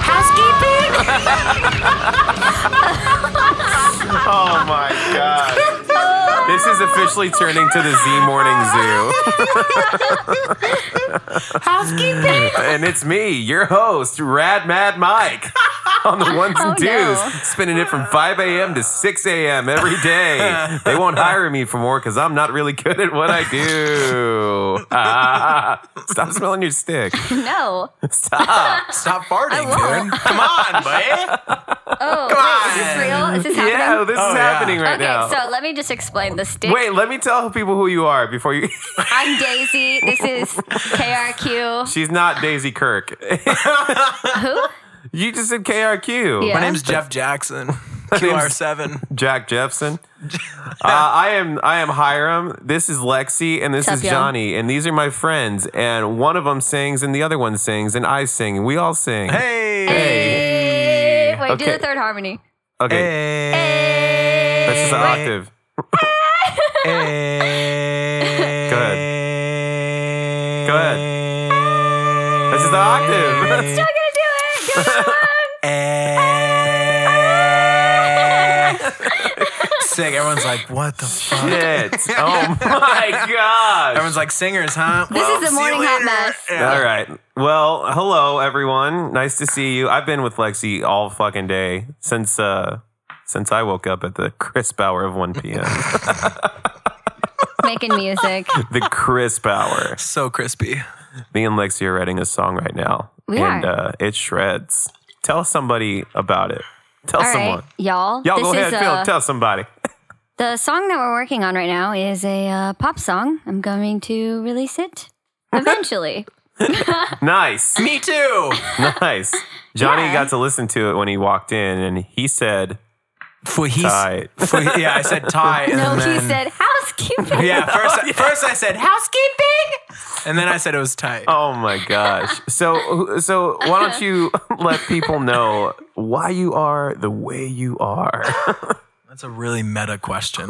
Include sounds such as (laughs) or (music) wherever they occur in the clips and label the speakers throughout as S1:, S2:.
S1: Housekeeping?
S2: Oh my god.
S3: This is officially turning to the Z Morning Zoo.
S1: Housekeeping?
S3: and it's me, your host, Rad Mad Mike, on the ones and
S1: Oh,
S3: twos,
S1: no.
S3: spinning it from 5 a.m. to 6 a.m. every day. they won't hire me for more because I'm not really good at what I do. (laughs) Ah, stop smelling your stick.
S1: No.
S4: (laughs)
S3: Stop.
S4: Stop farting,
S1: won't.
S4: dude. Come on,
S1: (laughs)
S4: buddy.
S1: Oh, wait, is this real? Is this happening?
S3: yeah, this
S4: Oh,
S3: is
S4: yeah.
S3: happening right
S1: okay,
S3: now.
S1: so let me just explain the stick.
S3: Wait, let me tell people who you are before you. (laughs)
S1: I'm Daisy. This is KRQ.
S3: She's not Daisy Kirk.
S1: Who?
S3: you just said KRQ.
S4: (laughs)
S1: Yeah.
S4: My name's Jeff Jackson. QR7. (laughs)
S3: Jack Jeffson. Uh, I am I am Hiram. This is Lexi, and this
S1: Sup,
S3: is
S1: yo?
S3: Johnny, and these are my friends. And one of them sings, and the other one sings, and I sing, and we all sing.
S4: Hey.
S1: Hey. Wait, do
S3: Okay.
S1: the third harmony.
S3: Okay, that's just an
S1: Wait.
S3: octave.
S4: Hey.
S3: Go ahead. Go ahead. That's just an octave.
S1: I'm not gonna do it. Do another
S3: (laughs)
S1: one.
S4: (laughs) Sick. Everyone's like, what the fuck?
S3: Shit.
S4: (laughs)
S3: Oh my gosh.
S4: Everyone's like, singers, huh?
S1: This is
S4: Well,
S1: the
S4: see you
S1: morning hot
S4: later.
S1: mess.
S4: Yeah.
S3: All right. Well, hello everyone. Nice to see you. I've been with Lexi all fucking day since uh since I woke up at the crisp hour of
S4: (laughs)
S3: 1 p.m.
S1: Making music.
S3: the crisp hour.
S4: So crispy.
S3: Me and Lexi are writing a song right now.
S1: We
S3: and
S1: are.
S3: uh it shreds. Tell somebody about it. Tell
S1: All
S3: someone.
S1: right, y'all.
S3: Y'all
S1: this
S3: go ahead,
S1: is
S3: Phil.
S1: uh,
S3: Tell somebody. (laughs)
S1: the song that we're working on right now is a uh, pop song. I'm going to release it eventually.
S3: Nice.
S4: Me too.
S3: nice. Johnny
S1: Yeah.
S3: got to listen to it when he walked in and he said,
S4: For he's,
S3: Tight.
S4: for- yeah, I
S3: (laughs)
S4: said tie. and
S1: no, he
S4: then-
S1: said housekeeping.
S4: Yeah, first, first I said housekeeping, and then I said it was tight.
S3: Oh my
S1: (laughs)
S3: gosh. So so why don't you (laughs) let people know why you are the way you are?
S4: That's a really meta
S3: (laughs)
S4: question.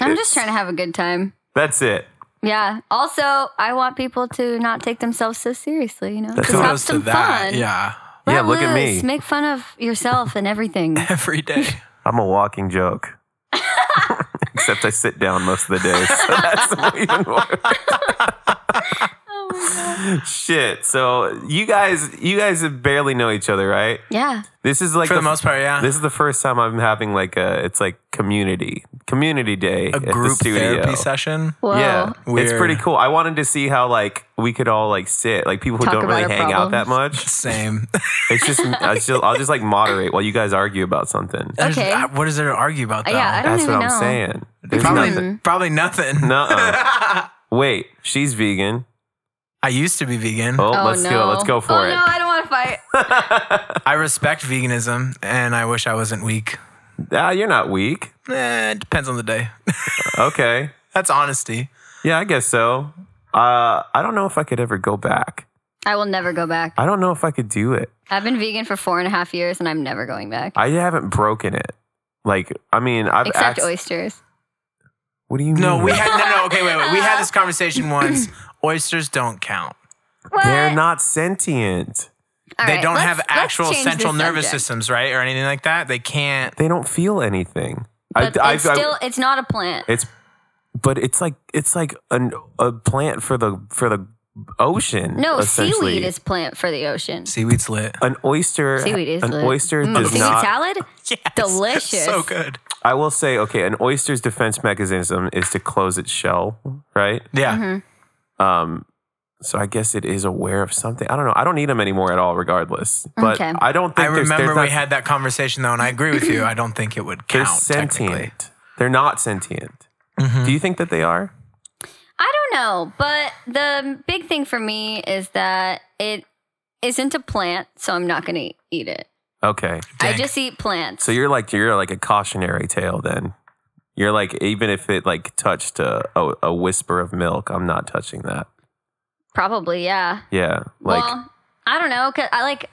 S1: I'm just trying to have a good time.
S3: That's it.
S1: Yeah. Also, I want people to not take themselves so seriously. You know, just have
S4: Kudos to
S1: some
S4: that.
S1: fun.
S4: Yeah, (laughs)
S3: Yeah,
S1: Let
S3: look at
S1: loose.
S3: me.
S1: Make fun of yourself and
S3: (laughs)
S1: everything.
S4: every
S1: (laughs)
S4: day.
S3: I'm a walking joke. Except I sit down most of the day. So that's
S1: (laughs)
S3: even worse.
S1: Oh,
S3: Shit. So you guys you guys barely know each other, right?
S1: yeah.
S3: This is like
S4: For the most part, yeah.
S3: This is the first time I'm having like a it's like community community day
S4: a
S3: at the
S4: group
S3: studio.
S4: therapy session.
S1: Whoa.
S3: Yeah, it's
S4: Weird.
S3: pretty cool. I wanted to see how like we could all like sit, like people who
S1: Talk
S3: don't
S1: about
S3: really
S1: our
S3: hang out that much.
S4: Same. (laughs)
S3: It's just, I just I'll just like moderate while you guys argue about something.
S4: There's-
S1: Okay.
S4: I- what is there to argue about? Though?
S1: Yeah, I don't
S3: That's
S1: even
S3: what I'm
S1: know.
S3: saying. There's
S4: probably
S3: nothing.
S4: probably
S3: (laughs)
S4: nothing.
S3: No. Wait, she's vegan.
S4: (laughs) I used to be vegan.
S3: Oh, let's go. Let's go for
S1: oh,
S3: it.
S1: no, I don't want to fight.
S4: I respect veganism, and I wish I wasn't weak.
S3: (laughs) Ah, you're not weak.
S4: Eh, it depends on the day.
S3: Okay.
S4: That's honesty.
S3: Yeah, I guess so. Uh, I don't know if I could ever go back.
S1: I will never go back.
S3: I don't know if I could do it.
S1: I've been vegan for four and a half years, and I'm never going back.
S3: I haven't broken it. Like, I mean, I've
S1: Except
S3: ax-
S1: oysters.
S3: What do you mean?
S4: No, we
S1: (laughs)
S4: had no, no. Okay, wait, wait. We had this conversation once. Oysters don't count.
S1: What?
S3: They're not sentient.
S1: All
S4: they
S1: right,
S4: don't
S1: let's-
S4: have
S1: let's
S4: actual
S1: change the
S4: central nervous
S1: subject.
S4: systems, right, or anything like that. They can't.
S3: They don't feel anything.
S1: But it's still, it's not a plant.
S3: It's, but it's like it's like an, a plant for the for the ocean.
S1: no,
S3: essentially.
S1: seaweed is plant for the ocean.
S4: Seaweed's
S3: (laughs)
S4: lit.
S3: an oyster.
S1: Seaweed is
S3: an
S1: lit.
S3: oyster
S1: Mm,
S3: does
S1: seaweed
S3: not.
S1: salad. Delicious.
S4: So good.
S3: I will say, okay, an oyster's defense mechanism is to close its shell, right?
S4: Yeah.
S1: Mm-hmm.
S3: Um, so I guess it is aware of something. I don't know. I don't need them anymore at all, regardless. But
S1: Okay.
S3: I don't
S4: I
S3: think there's,
S4: remember
S3: there's
S4: we
S3: not,
S4: had that conversation though, and I agree with
S1: (laughs)
S4: you. I don't think it would
S3: they're
S4: count. technically. Mm-hmm. Mm.
S3: sentient. They're not sentient. Do you think that they are?
S1: I don't know, but the big thing for me is that it isn't a plant, so I'm not going to eat it.
S3: Okay.
S1: I
S4: Dang.
S1: just eat plants.
S3: So you're like you're like a cautionary tale then. You're like even if it like touched a, a, a whisper of milk, I'm not touching that.
S1: Probably, yeah.
S3: Yeah, like
S1: well, I don't know, cause I like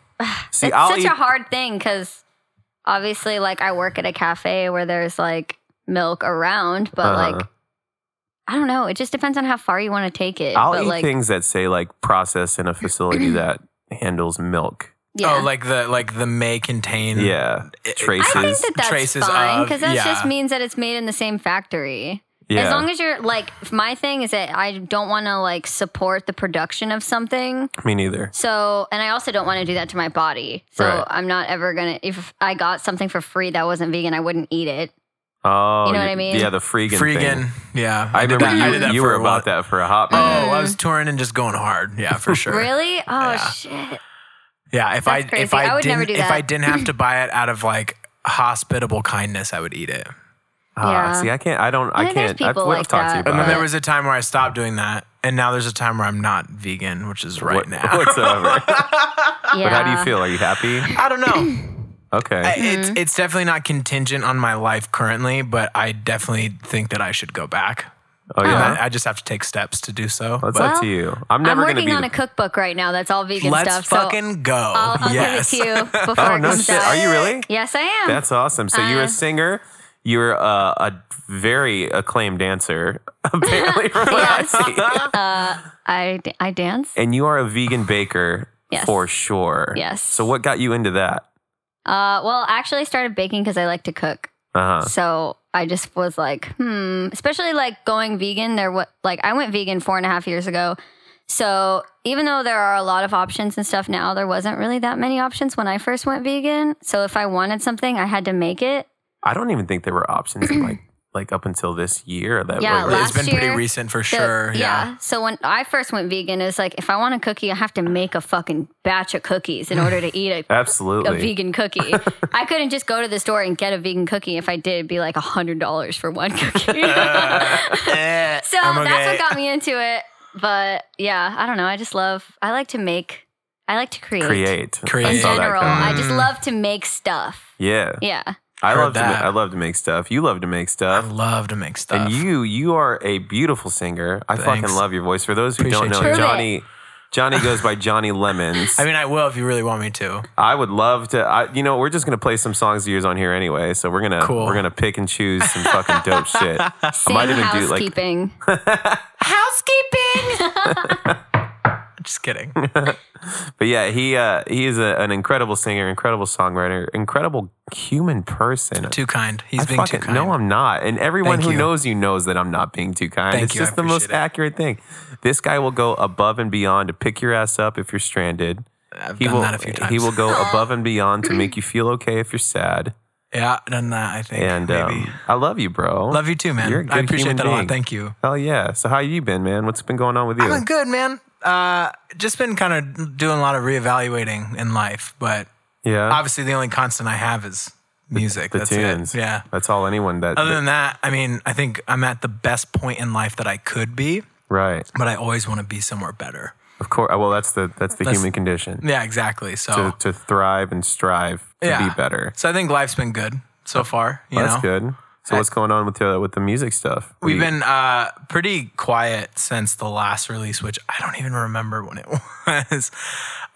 S3: see,
S1: it's
S3: I'll
S1: such
S3: eat,
S1: a hard thing because obviously, like I work at a cafe where there's like milk around, but
S3: Uh-huh.
S1: like I don't know. It just depends on how far you want to take it.
S3: I'll
S1: but
S3: eat
S1: like,
S3: things that say like process in a
S1: (clears throat)
S3: facility that handles milk.
S1: yeah.
S4: Oh, like the like the may contain.
S3: Yeah,
S4: it-
S3: traces.
S1: I think that that's
S4: traces
S1: fine
S4: of-
S1: because that
S4: yeah.
S1: just means that it's made in the same factory.
S3: yeah.
S1: As long as you're like, my thing is that I don't want to like support the production of something.
S3: Me neither.
S1: So, and I also don't want to do that to my body. So
S3: Right.
S1: I'm not ever gonna. If I got something for free that wasn't vegan, I wouldn't eat it.
S3: Oh,
S1: You know what I mean?
S3: Yeah, the freegan. thing.
S4: Freegan. Yeah.
S3: I
S4: did
S3: remember
S4: that- I
S3: you,
S4: did that
S3: you
S4: for
S3: were
S4: a
S3: about
S4: while.
S3: that for a hot minute.
S4: Oh, I was touring and just going hard. Yeah,
S1: (laughs)
S4: for sure.
S1: Really? Oh
S4: Yeah.
S1: shit!
S4: Yeah, if I
S1: That's crazy.
S4: if I,
S1: I would
S4: didn't
S1: never do
S4: if I
S1: that.
S4: didn't have to buy it out of like hospitable kindness, I would eat it.
S3: Ah,
S1: Yeah.
S3: see, I can't. I don't. I,
S1: think there's
S3: can't. I would
S1: people
S3: have
S1: like
S3: talked to you
S1: that,
S3: about
S4: And then
S3: it.
S4: there was a time where I stopped doing that, and now there's a time where I'm not vegan, which is right
S3: What-
S4: now.
S3: whatsoever.
S1: (laughs) Yeah.
S3: But how do you feel? Are you happy?
S4: (laughs) I don't (coughs) know.
S3: Okay.
S4: I-
S1: Mm-hmm.
S4: it's it's definitely not contingent on my life currently, but I definitely think that I should go back.
S3: oh
S4: And
S3: yeah.
S4: I, I just have to take steps to do so.
S3: That's
S4: but
S3: up to
S1: Well,
S3: you. I'm
S1: I'm
S3: never gonna
S1: working
S3: be.
S1: on a cookbook right now. That's all vegan
S4: let's
S1: stuff. so
S4: fucking go.
S1: I'll, I'll
S4: yes.
S1: give it to you before
S3: (laughs) (laughs) oh
S1: it
S3: no
S1: comes
S3: shit!
S1: out.
S3: Are you really?
S1: Yes, I am.
S3: That's awesome. So you're
S1: Uh,
S3: a singer. You're a, a very acclaimed dancer, (laughs)
S1: (laughs)
S3: apparently from what I
S1: Yes.
S3: see.
S1: Uh, I, d- I dance.
S3: And you are a vegan baker
S1: Yes.
S3: for sure.
S1: Yes.
S3: So what got you into that?
S1: Uh, well, actually, I started baking because I like to cook.
S3: Uh huh.
S1: So I just was like, hmm. Especially like going vegan. There, what like I went vegan four and a half years ago. So even though there are a lot of options and stuff now, there wasn't really that many options when I first went vegan. So if I wanted something, I had to make it.
S3: I don't even think there were options like (clears throat) like up until this year that
S1: Yeah,
S3: were
S1: last
S4: (laughs) it's been pretty
S1: year,
S4: recent for
S1: The-
S4: sure. yeah.
S1: So when I first went vegan, it's like if I want a cookie, I have to make a fucking batch of cookies in order to eat a a
S3: absolutely
S1: vegan
S3: (laughs)
S1: cookie. I couldn't just go to the store and get a vegan cookie. If I did, it'd be like a hundred dollars for
S3: (laughs)
S1: one cookie. (laughs)
S4: (laughs)
S1: so (laughs)
S4: Eh, I'm
S1: that's
S4: okay.
S1: what got me into it. But yeah, I don't know. I just love. I like to make. I like to create.
S3: create.
S4: Create.
S3: I
S1: In
S3: saw that
S1: general,
S3: coming.
S1: I just
S4: Mm.
S1: love to make stuff.
S3: Yeah.
S1: Yeah.
S3: I
S4: Heard
S3: love to
S4: that.
S3: ma- I love to make stuff. You love to make
S4: I
S3: stuff.
S4: love to make stuff.
S3: And you you are a beautiful singer. I
S4: Thanks.
S3: fucking love your voice. For those who
S4: Appreciate
S3: don't know,
S4: you.
S1: Prove it.
S3: Johnny Johnny goes
S4: (laughs)
S3: by Johnny Lemons.
S4: I mean, I will if you really want me to.
S3: I would love to. I, you know, we're just gonna play some songs of yours on here anyway. So we're gonna
S4: Cool.
S3: we're gonna pick and choose some fucking dope
S4: (laughs)
S3: shit.
S1: Sing
S3: might even do, like- (laughs)
S1: housekeeping.
S4: Housekeeping. (laughs) Just kidding.
S3: But yeah, he uh, he is a, an incredible singer, incredible songwriter, incredible human person.
S4: Too kind. He's
S3: I
S4: being
S3: fucking
S4: too kind.
S3: no, I'm not. And everyone
S4: Thank
S3: who
S4: you.
S3: knows you knows that I'm not being too kind.
S4: Thank
S3: it's
S4: you, I
S3: just the most
S4: appreciate it.
S3: accurate thing. This guy will go above and beyond to pick your ass up if you're stranded.
S4: I've
S3: He
S4: done
S3: will
S4: that a few times.
S3: he will go
S4: (gasps)
S3: above and beyond to make you feel okay if you're sad.
S4: (laughs) Yeah, done that. I think.
S3: And
S4: maybe.
S3: um, I love you, bro.
S4: Love you too, man.
S3: you're a
S4: I
S3: good
S4: appreciate
S3: human
S4: that a lot.
S3: being.
S4: Thank you.
S3: Hell yeah. So how you been, man? What's been going on with you?
S4: I've been good, man. Uh, just been kind of doing a lot of reevaluating in life, but
S3: Yeah.
S4: obviously the only constant I have is music.
S3: the
S4: That's
S3: tunes.
S4: it. Yeah.
S3: That's all anyone that,
S4: Other than that, I mean, I think I'm at the best point in life that I could be,
S3: right.
S4: but I always want to be somewhere better.
S3: Of course. Well, that's the that's the
S4: That's-
S3: human condition
S4: Yeah, exactly. So,
S3: to, to thrive and strive to
S4: yeah.
S3: be better.
S4: So I think life's been good so far. You
S3: Well,
S4: know?
S3: Oh, that's good. So what's going on with the with the music stuff?
S4: We've been uh, pretty quiet since the last release, which I don't even remember when it (laughs) was.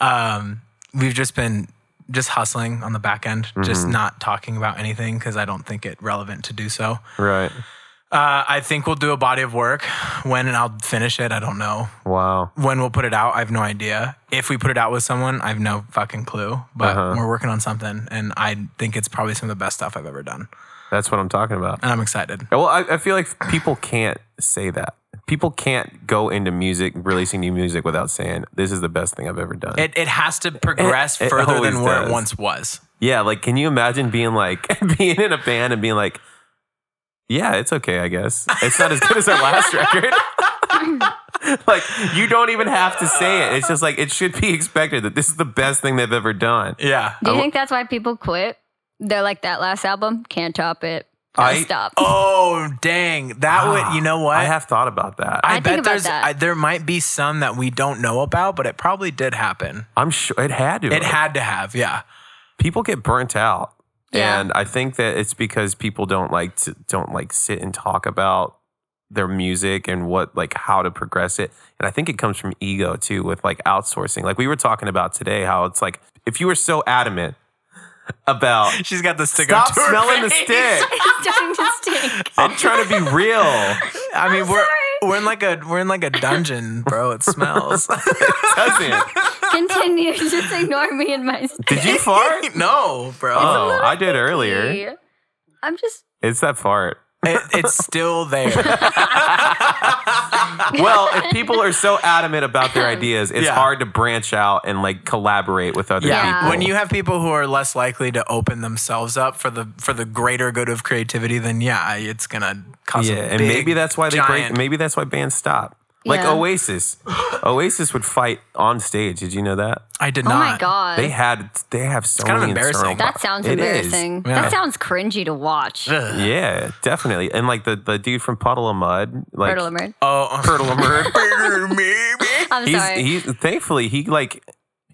S4: Um, we've just been just hustling on the back end,
S3: Mm-hmm.
S4: just not talking about anything because I don't think it relevant to do so.
S3: right.
S4: Uh, I think we'll do a body of work. When and I'll finish it, I don't know.
S3: Wow.
S4: When we'll put it out, I have no idea. If we put it out with someone, I have no fucking clue. But
S3: Uh-huh.
S4: we're working on something, and I think it's probably some of the best stuff I've ever done,
S3: That's what I'm talking about.
S4: and I'm excited.
S3: Well, I, I feel like people can't say that. People can't go into music, releasing new music without saying this is the best thing I've ever done.
S4: It, it has to progress
S3: it
S4: further
S3: always
S4: than where
S3: does.
S4: it once was.
S3: yeah, like can you imagine being like (laughs) being in a band and being like, yeah, it's okay, I guess. It's not as good as
S4: (laughs)
S3: our last record. (laughs) like you don't even have to say it. It's just like it should be expected that this is the best thing they've ever done.
S4: Yeah. Oh,
S1: Do you think that's why people quit? They're like that last album. Can't top it. Gotta
S3: I-
S1: stop.
S4: Oh dang! That would you know what?
S3: I have thought about that.
S1: I think about
S4: there's
S1: that.
S4: I, there might be some that we don't know about, but it probably did happen.
S3: I'm sure it had to.
S4: It had to have, yeah.
S3: people get burnt out
S1: Yeah.
S3: and i think that it's because people don't like to don't like sit and talk about their music and what like how to progress it and i think it comes from ego too with like outsourcing like we were talking about today how it's like if you were so adamant (laughs) about
S4: She's got the stick.
S3: stop
S4: up to her
S1: (laughs)
S3: smelling the (laughs)
S4: face.
S3: stick (laughs)
S1: it's starting to stink.
S3: i'm trying to be real
S4: I mean, we're We're in like a we're in like a dungeon, bro. It (laughs) smells.
S3: (laughs) Doesn't.
S1: Continue. Just ignore me and my.
S3: Did you fart?
S4: no, bro.
S3: Oh, I did earlier.
S1: Hey, I'm just.
S3: It's that fart.
S4: It, it's still there.
S3: Well,
S1: (laughs)
S3: if people are so adamant about their ideas, it's
S4: Yeah.
S3: hard to branch out and like collaborate with other
S1: Yeah.
S3: people.
S4: When you have people who are less likely to open themselves up for the for the greater good of creativity, then yeah, it's gonna cause
S3: yeah,
S4: a
S3: and
S4: big,
S3: maybe that's why they break.
S4: giant-
S3: Maybe that's why bands stop. Like
S1: Yeah.
S3: Oasis, Oasis would fight on stage. Did you know that
S4: I did
S1: Oh
S4: not.
S1: my god.
S3: they had they have so
S4: kind of
S3: many
S4: embarrassing.
S3: internal-
S1: that sounds
S3: It is.
S1: embarrassing.
S4: Yeah.
S1: That sounds cringy to watch.
S3: Yeah, definitely. And like the, the dude from Puddle of Mud, like
S1: Myrtle Myrtle.
S4: Oh,
S3: Puddle
S4: (laughs)
S3: of Mud.
S1: (laughs) I'm
S3: he's,
S1: sorry.
S3: he's thankfully he like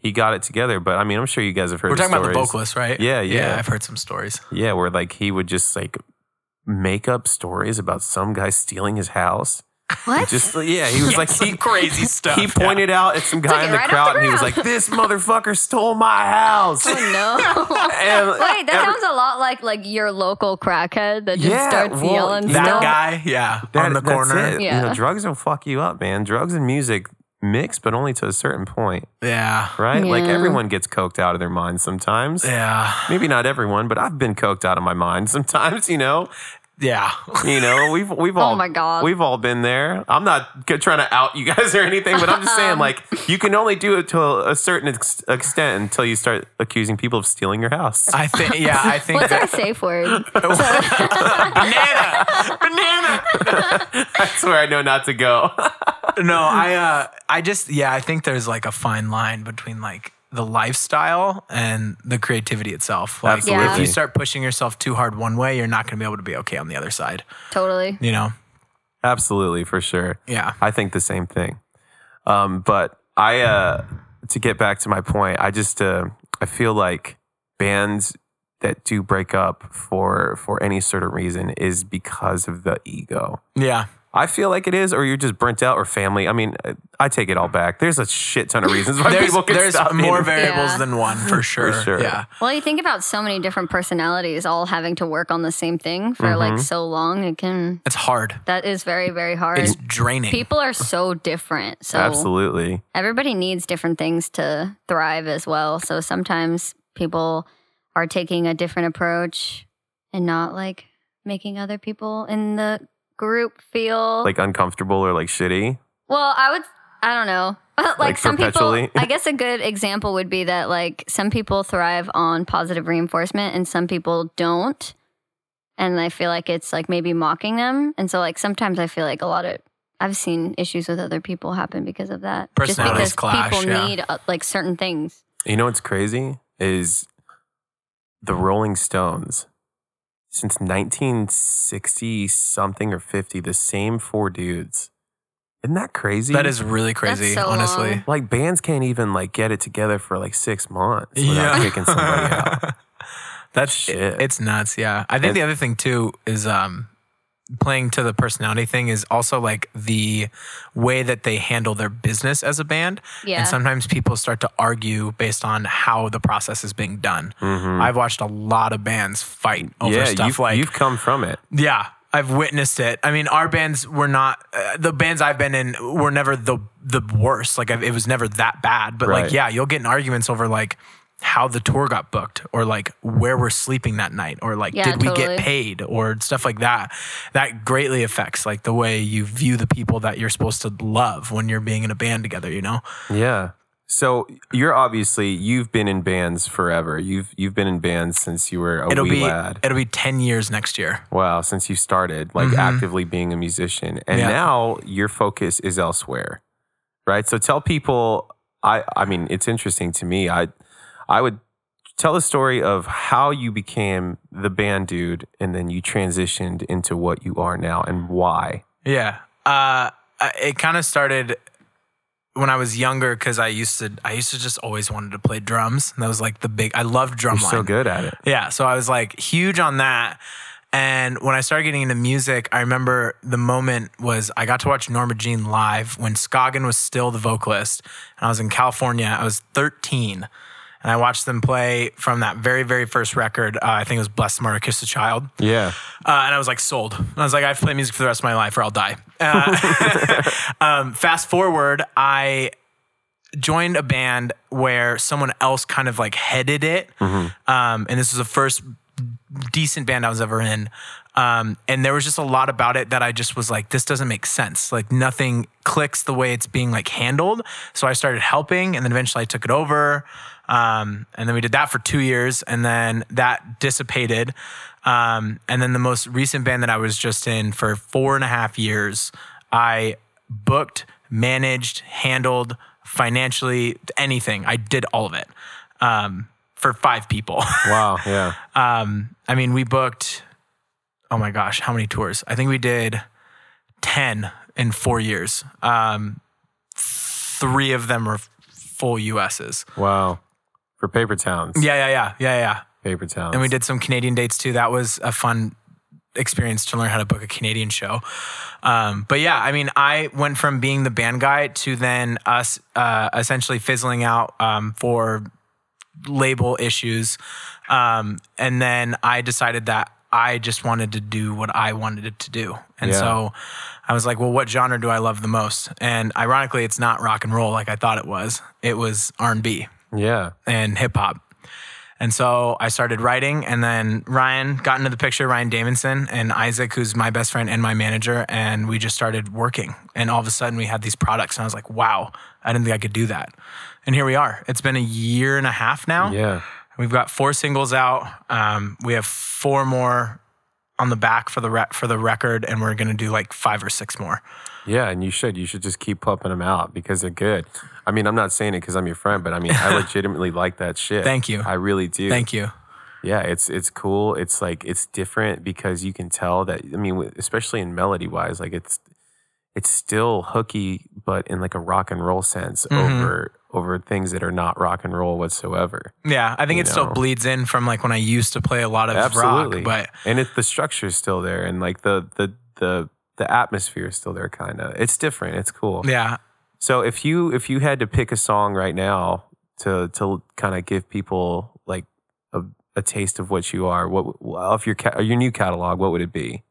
S3: he got it together. But I mean, I'm sure you guys have heard.
S4: We're
S3: of
S4: talking about the
S3: stories.
S4: vocalist, right?
S3: Yeah, yeah.
S4: I've heard some stories.
S3: Yeah, where like he would just like make up stories about some guy stealing his house.
S1: what?
S3: Just yeah, he was like he
S4: crazy stuff.
S3: he pointed out at some guy
S1: it
S3: in the
S1: right off
S3: crowd
S1: the
S3: and he was
S1: ground.
S3: like, "This motherfucker stole my house."
S1: oh no.
S3: (laughs)
S1: (laughs)
S3: And
S1: Wait, that
S3: every-
S1: sounds a lot like like your local crackhead that just
S3: Yeah,
S1: starts
S3: well,
S1: yelling
S3: that
S4: that
S1: stuff.
S4: guy, yeah,
S3: that-
S4: on the
S3: that's
S4: corner.
S3: it. You
S1: Yeah.
S3: know, drugs will fuck you up, man. Drugs and music mix, but only to a certain point,
S4: Yeah,
S3: right? Like
S1: Yeah.
S3: everyone gets coked out of their mind sometimes.
S4: yeah,
S3: Maybe not everyone, but I've been coked out of my mind (laughs) sometimes. You know,
S4: yeah.
S3: You know, we've we've all
S1: Oh my God.
S3: we've all been there. I'm not g- trying to out you guys (laughs) or anything, but I'm
S1: (laughs)
S3: just saying like you can only do it to a certain ex- extent until you start accusing people of stealing your house. (laughs)
S4: I think. Yeah, I think.
S1: What's our
S4: that,
S1: safe word?
S4: banana, banana.
S3: I swear I know not to go. (laughs)
S4: no, I uh I just yeah, I think there's like a fine line between like the lifestyle and the creativity itself. Like
S1: Absolutely.
S4: if you start pushing yourself too hard one way, you're not gonna be able to be okay on the other side.
S1: totally.
S4: You know?
S3: Absolutely, for sure.
S4: Yeah.
S3: I think the same thing. Um, but I uh, to get back to my point, I just uh, I feel like bands that do break up for for any certain reason is because of the ego. (laughs)
S4: Yeah.
S3: I feel like it is, or you're just burnt out, or family. I mean, uh, I take it all back. There's a shit ton of reasons why
S4: There's
S3: people can
S4: there's
S3: stop
S4: more
S3: being-
S4: variables
S1: Yeah.
S4: than one for sure.
S3: sure.
S4: Yeah.
S1: Well, you think about so many different personalities all having to work on the same thing for
S3: Mm-hmm.
S1: like so long. It can
S4: It's hard.
S1: that is very very hard.
S4: It's draining.
S1: People are so different, so
S3: Absolutely,
S1: everybody needs different things to thrive as well. So sometimes people are taking a different approach and not like making other people in the group feel
S3: like uncomfortable or like shitty.
S1: Well, I would. I don't know. (laughs) like,
S3: Like,
S1: some
S3: perpetually?
S1: people, I guess a good example would be that like some people thrive on positive reinforcement and some people don't, and I feel like it's like maybe mocking them, and so like sometimes I feel like a lot of I've seen issues with other people happen because of that.
S4: Personalities
S1: Just because
S4: clash,
S1: people
S4: yeah.
S1: need uh, like certain things.
S3: You know what's crazy is the Rolling Stones. Since 1960 something or 50, the same four dudes. Isn't that crazy?
S4: that is really crazy,
S1: so
S4: honestly.
S1: long.
S3: like bands can't even like get it together for like six months without
S4: (laughs)
S3: kicking somebody out. (laughs)
S4: That's
S3: Shit.
S4: It's nuts. Yeah. I think
S3: And-
S4: the other thing too is um, playing to the personality thing is also like the way that they handle their business as a band.
S1: Yeah.
S4: And sometimes people start to argue based on how the process is being done.
S3: Mhm.
S4: I've watched a lot of bands fight over
S3: yeah,
S4: stuff
S3: you've,
S4: like
S3: you've come from it.
S4: yeah, I've witnessed it. I mean, our bands were not uh, the bands I've been in were never the the worst. Like I've, it was never that bad. But
S3: Right.
S4: like, yeah, you'll get in arguments over like how the tour got booked, or like where we're sleeping that night, or like
S1: Yeah,
S4: did we
S1: totally.
S4: get paid, or stuff like that. That greatly affects like the way you view the people that you're supposed to love when you're being in a band together. You know?
S3: Yeah. So you're obviously you've been in bands forever. You've you've been in bands since you were a
S4: It'll
S3: wee
S4: be
S3: lad.
S4: it'll be ten years next year.
S3: Wow, since you started like actively being a musician,
S4: Mm-hmm.
S3: and
S4: Yeah.
S3: now your focus is elsewhere, right? So tell people. I I mean, it's interesting to me. I I would tell the story of how you became the band dude, and then you transitioned into what you are now, and why.
S4: Yeah. Uh, I- it kind of started when I was younger because I used to I used to just always wanted to play drums. And that was like the big I loved drum
S3: You're so
S4: line.
S3: good at it.
S4: Yeah. So I was like huge on that. And when I started getting into music, I remember the moment was I got to watch Norma Jean live when Scoggin was still the vocalist. And I was in California. I was 13. and I watched them play from that very, very first record. Uh, I think it was Blessed Smarter Kiss the Child.
S3: Yeah.
S4: Uh, and I was like sold. And I was like, I have to play music for the rest of my life or I'll die. Uh, (laughs) um, fast forward, I joined a band where someone else kind of like headed it. Um, and this was the first decent band I was ever in. Um, and there was just a lot about it that I just was like, this doesn't make sense. Like nothing clicks the way it's being like handled. So I started helping and then eventually I took it over. Um, and then we did that for two years and then that dissipated. Um, and then the most recent band that I was just in for four and a half years, I booked, managed, handled financially anything. I did all of it um, for five people. (laughs)
S3: Wow. Yeah.
S4: Um, I mean, we booked, oh my gosh, how many tours? I think we did 10 in four years. Um, three of them were full USs.
S3: Wow. For Paper Towns.
S4: Yeah, yeah, yeah, yeah, yeah.
S3: Paper Towns.
S4: And we did some Canadian dates too. That was a fun experience to learn how to book a Canadian show. Um, but yeah, I mean, I went from being the band guy to then us uh, essentially fizzling out um, for label issues. Um, and then I decided that I just wanted to do what I wanted it to do. And
S3: Yeah.
S4: so I was like, well, what genre do I love the most? And ironically, it's not rock and roll like I thought it was. It was R&B
S3: Yeah.
S4: and hip hop. And so I started writing, and then Ryan got into the picture, Ryan Damonson and Isaac, who's my best friend and my manager, and we just started working. And all of a sudden, we had these products, and I was like, wow, I didn't think I could do that. And here we are. It's been a year and a half now.
S3: Yeah.
S4: We've got four singles out. Um, we have four more on the back for the re- for the record, and we're gonna do like five or six more.
S3: Yeah, and you should. You should just keep pumping them out because they're good. I mean, I'm not saying it because I'm your friend, but I mean,
S4: (laughs)
S3: I legitimately like that shit.
S4: Thank you.
S3: I really do.
S4: Thank you.
S3: Yeah, it's it's cool. It's like it's different because you can tell that. I mean, with- especially in melody wise, like it's it's still hooky, but in like a rock and roll sense
S4: Mm-hmm.
S3: over over things that are not rock and roll whatsoever.
S4: Yeah, I think
S3: You
S4: it still
S3: know.
S4: bleeds in from like when I used to play a lot of
S3: Absolutely,
S4: rock, but
S3: and it the structure's still there, and like the the the the atmosphere is still there. Kind of, it's different. It's cool.
S4: yeah,
S3: So if you if you had to pick a song right now to to kind of give people like a, a taste of what you are, what of your ca- your new catalog, what would it be?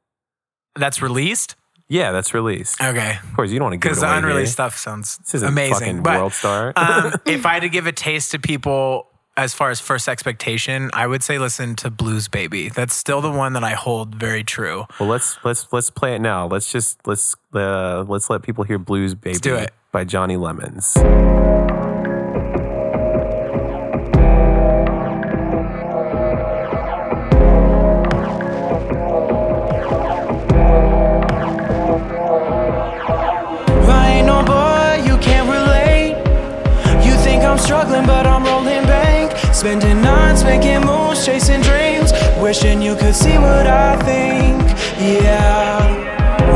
S4: that's released.
S3: Yeah, that's released.
S4: Okay,
S3: Of course, you don't want to give
S4: because
S3: it away.
S4: the
S3: here.
S4: Uh, unreleased stuff sounds (laughs)
S3: This is
S4: amazing.
S3: fucking
S4: But
S3: world star. (laughs)
S4: um, if I had to give a taste to people as far as first expectation, I would say listen to Blues Baby. That's still the one that I hold very true.
S3: well, let's let's let's play it now. Let's just let's uh, let's let people hear "Blues Baby"
S4: do it.
S3: by Johnny Lemons.
S5: Ryan, no boy, you can't relate. You think I'm struggling, but I'm rolling bank. Spending nights, making moves, chasing dreams. Wishing you could see what I think. Yeah.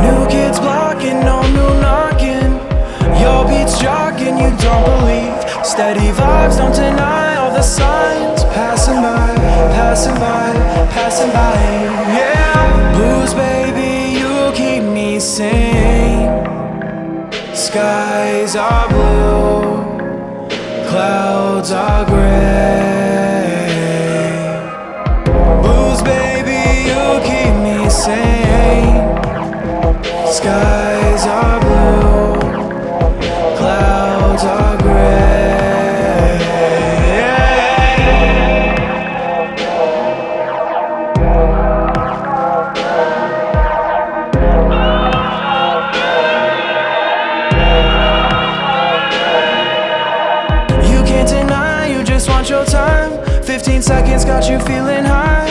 S5: New kids blocking, no new knocking. Your beats jogging, you don't believe. Steady vibes, don't deny all the signs. Passing by, passing by, passing by. Yeah. Blues, baby, you keep me sane. Skies are blue, clouds are gray. Blues, baby, you keep me sane. Skies are blue, clouds are gray. You can't deny, you just want your time. 15 seconds got you feeling high.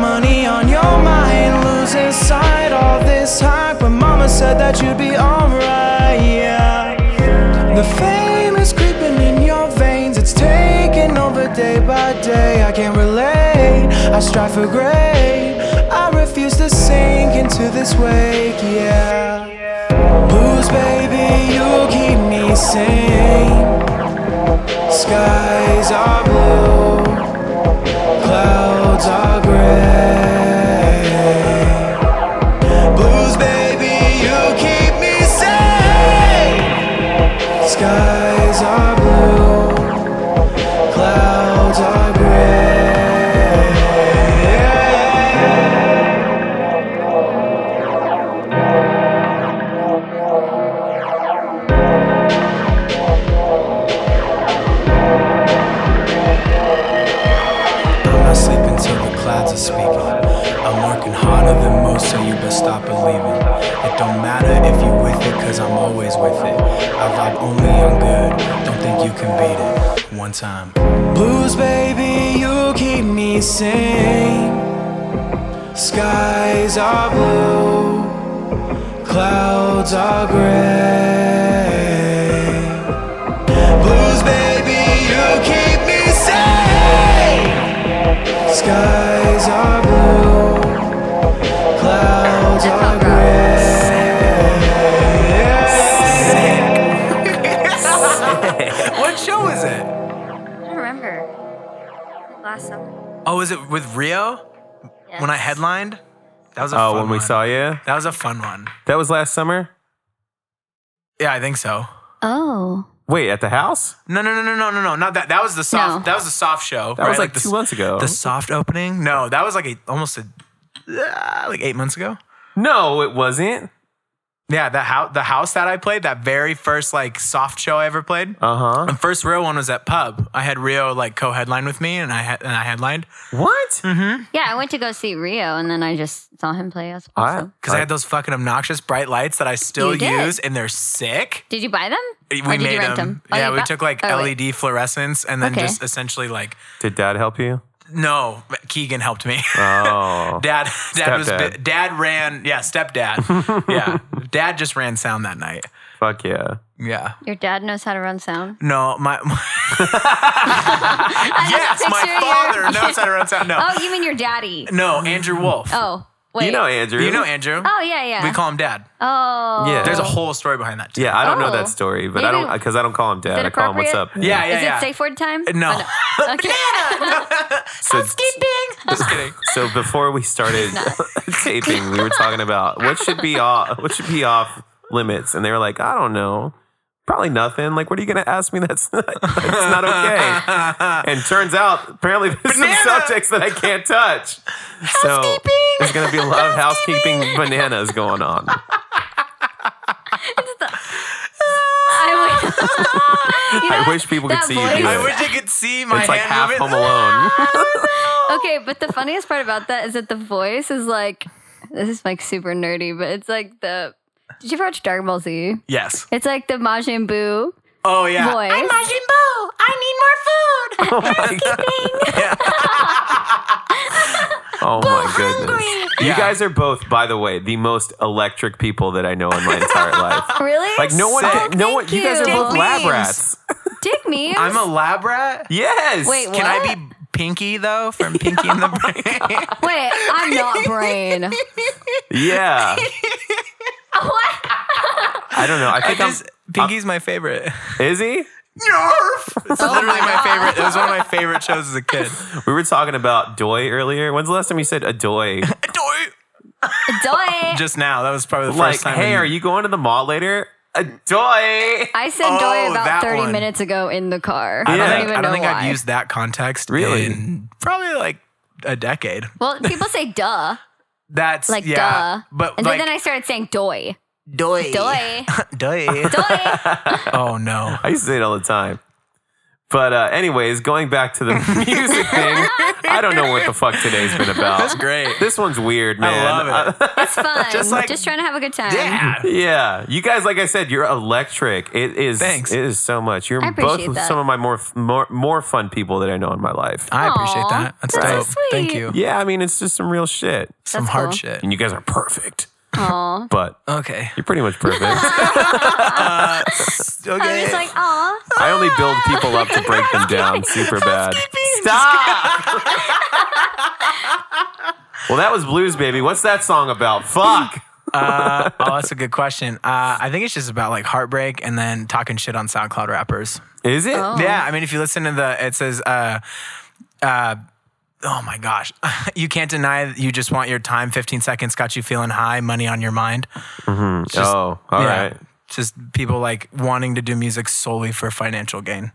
S5: Money on your mind, losing sight. All this hype, but mama said that you'd be alright, yeah. The fame is creeping in your veins, it's taking over day by day. I can't relate, I strive for great. I refuse to sink into this wake, yeah. Blues, baby, you keep me sane. Skies are blue, clouds are gray. Blues, baby, you keep me safe. Skies are blue, clouds. one time. Blues, baby, you keep me sane. Skies are blue, clouds are gray. Blues, baby, you keep me sane. Skies are blue, clouds
S1: Just
S5: are
S1: felt
S5: gray.
S4: What show is it?
S1: I don't remember. Last summer.
S4: Oh, is it with Rio?
S1: Yes.
S4: When I headlined? That was a
S3: Oh,
S4: fun
S3: when we
S4: one.
S3: saw you,
S4: That was a fun one.
S3: that was last summer.
S4: Yeah, I think so.
S1: Oh.
S3: Wait, at the house?
S4: No, no, no, no, no, no, no. Not that. That was the soft.
S1: No.
S4: That was the soft show.
S3: That was like, two
S4: the,
S3: months ago.
S4: The soft opening. No, that was like a, almost a, uh, like eight months ago.
S3: no, it wasn't.
S4: Yeah, the house, the house that I played, that very first like soft show I ever played.
S3: Uh huh.
S4: (laughs) The first real one was at Pub. I had Rio like co-headline with me, and I had and I headlined
S3: What?
S4: Mm-hmm.
S1: Yeah, I went to go see Rio and then I just saw him play us.
S3: I-
S4: because I had those fucking obnoxious bright lights that I still
S1: You did.
S4: use, and they're sick.
S1: Did you buy them?
S4: We
S1: or did
S4: made
S1: you rent them? Oh,
S4: Yeah,
S1: you
S4: we
S1: bu-
S4: took like E
S1: oh, wait.
S4: LED fluorescence, and then
S1: Okay.
S4: just essentially like
S3: Did Dad help you?
S4: no. Keegan helped me.
S3: Oh,
S4: (laughs) Dad, dad was
S3: Stepdad.
S4: bi- dad ran. Yeah, stepdad. yeah, dad just ran sound that night.
S3: fuck yeah.
S4: Yeah.
S1: Your dad knows how to run (laughs) sound.
S4: No, my, (laughs) yes, my
S1: picture your-
S4: father knows how to run sound. No,
S1: Oh, you mean your daddy?
S4: no, Andrew Wolf.
S1: Oh, wait.
S3: You know Andrew.
S4: You know Andrew.
S1: Oh yeah, yeah.
S4: We call him dad.
S1: oh,
S3: Yeah.
S4: There's a whole story behind that. Too.
S3: Yeah, I don't know
S1: Oh.
S3: that story, but I
S1: Maybe-
S3: don't because I don't call him
S1: Is
S3: Dad.
S1: it
S3: I call him What's Up.
S1: appropriate?
S4: Yeah, yeah,
S1: Is
S4: yeah.
S1: it safe word time?
S4: No. (laughs)
S1: Oh, Okay. (laughs)
S3: So,
S4: Just kidding.
S3: so before we started (laughs) taping, we were talking about what should be off, what should be off limits, and they were like, I don't know, probably nothing. Like, what are you gonna ask me? (laughs) That's not, that's not okay. And turns out, apparently, there's some
S4: Banana.
S3: subjects that I can't touch. So there's gonna be a lot of housekeeping bananas going on.
S4: (laughs)
S1: I would- (laughs) You know
S3: I
S1: what?
S3: wish people could
S1: That
S3: see you. Do
S1: voice-
S3: it.
S4: I wish you could see my
S3: It's like half
S4: hand
S3: Home
S4: movement.
S3: Alone.
S1: Okay, but the funniest part about that is that the voice is like, this is like super nerdy, but it's like the. Did you ever watch Dragon Ball Z?
S4: (laughs) Yes.
S1: It's like the Majin Buu
S4: Oh yeah.
S1: voice.
S3: Oh
S4: (laughs)
S3: my god. oh my goodness. You
S4: Yeah.
S3: guys are both, by the way, the most electric people that I know in my
S4: (laughs)
S3: entire
S1: (laughs)
S3: life.
S1: really? Oh,
S3: Like no one,
S4: Sick.
S3: no one.
S1: thank
S3: You guys are
S1: you.
S3: both lab
S4: Memes.
S3: rats.
S1: Dig me.
S4: I'm a lab rat.
S3: Yes.
S1: Wait,
S4: Can I
S1: What?
S4: be Pinky though from Pinky
S1: (laughs)
S4: and the Brain?
S1: Wait,
S4: (laughs)
S1: I'm not (laughs) brain.
S3: Yeah. I don't know. I
S4: (laughs) I
S3: think I
S4: just Pinky's my favorite.
S3: am. Is he?
S1: Oh
S4: Nerf. It's literally my favorite. It was one of my favorite shows as a kid.
S1: (laughs)
S3: We were talking about Doy earlier. When's the last time you
S4: (laughs)
S3: said Adoy?
S4: Adoy.
S1: Doi.
S4: Just now, that was probably the
S3: like,
S4: first time.
S3: hey,
S4: in-
S3: are you going to the mall later? Adoy.
S1: I said
S4: Oh,
S1: Doi
S4: that
S1: about 30
S4: one.
S1: minutes ago in the car.
S4: I
S1: I
S4: don't
S1: don't
S4: think,
S1: even
S4: I don't
S1: know
S4: think
S1: why.
S4: I've used that context
S3: Really?
S4: in probably like a decade.
S1: well, people say
S4: (laughs)
S1: duh,
S4: That's
S1: like
S4: yeah,
S1: duh.
S4: but
S1: and
S4: like
S1: then I started saying doi.
S4: doy (laughs)
S1: Doi.
S4: doy. (laughs)
S1: Doi.
S4: oh no.
S3: (laughs) I used to say it all the time. But uh, anyways, going
S4: (laughs)
S3: back to the music thing, I don't know what the fuck today's been
S4: That's (laughs)
S3: about.
S4: great.
S3: This one's weird, man.
S4: I love it.
S1: It's fun.
S4: Just
S1: Just,
S4: like-
S1: trying to have a good time.
S4: yeah.
S3: yeah, you guys, like I said, you're electric. It is.
S4: Thanks.
S3: It is so much. You're
S1: I
S3: both
S1: appreciate that.
S3: some of my more, more more fun people that I know in my life.
S4: I appreciate
S1: Aw,
S4: that. That's,
S1: that's
S4: dope.
S1: so
S4: Thank
S1: sweet.
S4: you.
S3: yeah, I mean, it's just some real shit,
S4: Some
S1: That's
S4: hard
S1: cool.
S4: shit.
S3: and you guys are perfect.
S1: Aw.
S3: But
S4: Okay.
S3: you're pretty much perfect.
S1: I was like, aw.
S3: I only build people up to break
S1: (laughs)
S3: them down super bad. Stop. well, that was blues, baby. What's that song about? Fuck.
S4: uh, oh, that's a good question. Uh, I think it's just about like heartbreak and then talking shit on SoundCloud rappers.
S3: Is it?
S1: Oh.
S4: Yeah, I mean, if you listen to the, it says, uh, uh, oh my gosh, (laughs) you can't deny that you just want your time. 15 seconds got you feeling high, money on your mind.
S3: oh, all right.
S4: yeah.
S3: yeah.
S4: Just people like wanting to do music solely for financial gain.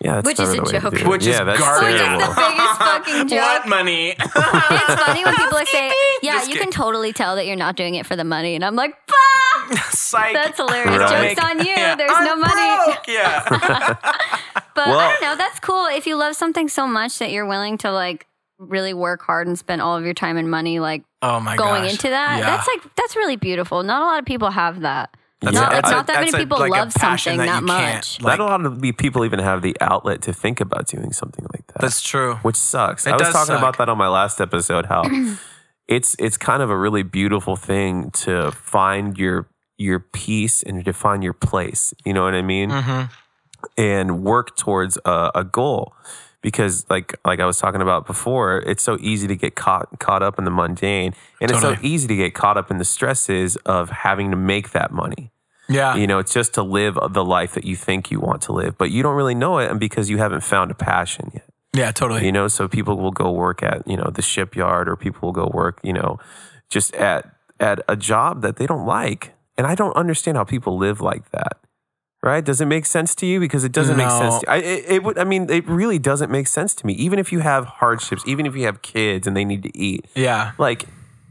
S3: that's
S1: Which is
S3: never
S1: a
S3: the way to
S1: joke.
S3: do it.
S4: Which is
S3: yeah, that's
S4: garbage.
S1: Which is
S3: terrible.
S1: (laughs) the
S4: (laughs)
S1: biggest fucking joke.
S3: (laughs)
S4: money?
S1: It's funny when people like say, yeah,
S4: Just
S1: you
S4: kidding.
S1: can totally tell that you're not doing it for the money. And I'm like,
S4: (laughs)
S1: bah!
S4: Psych.
S1: That's hilarious.
S3: Right.
S1: Joke's on you.
S4: Yeah.
S1: There's
S4: I'm
S1: no money.
S4: broke.
S1: (laughs)
S4: Yeah.
S3: (laughs)
S1: But
S3: Well-
S1: I don't know. That's cool. If you love something so much that you're willing to like really work hard and spend all of your time and money like
S4: oh my
S1: going
S4: gosh.
S1: into that,
S4: Yeah.
S1: that's like that's really beautiful. Not a lot of people have that.
S3: That's
S1: Not,
S3: it.
S1: like,
S3: I-
S1: not that
S4: that's
S1: many
S4: a-
S1: people
S4: like a
S1: love
S4: passion
S1: something
S4: that
S1: that,
S4: you can't,
S1: much.
S3: Not
S4: like-
S3: a lot of the people even have the outlet to think about doing something like that.
S4: That's true.
S3: which sucks.
S4: It
S3: I was
S4: does
S3: talking
S4: suck.
S3: about that on my last episode. How it's it's kind of a really beautiful thing to find your your peace and to find your place. You know what I mean?
S4: Mhm.
S3: And work towards a, a goal. Because like like I was talking about before, it's so easy to get caught caught up in the mundane, and it's so
S4: Totally.
S3: easy to get caught up in the stresses of having to make that money.
S4: Yeah.
S3: You know, it's just to live the life that you think you want to live, but you don't really know it, and because you haven't found a passion yet
S4: Yeah, totally.
S3: you know so people will go work at you know the shipyard or people will go work you know just at at a job that they don't like and i don't understand how people live like that right does it make sense to you because it doesn't make sense
S4: No.
S3: to, i it, it would i mean it really doesn't make sense to me even if you have hardships even if you have kids and they need to eat
S4: yeah.
S3: like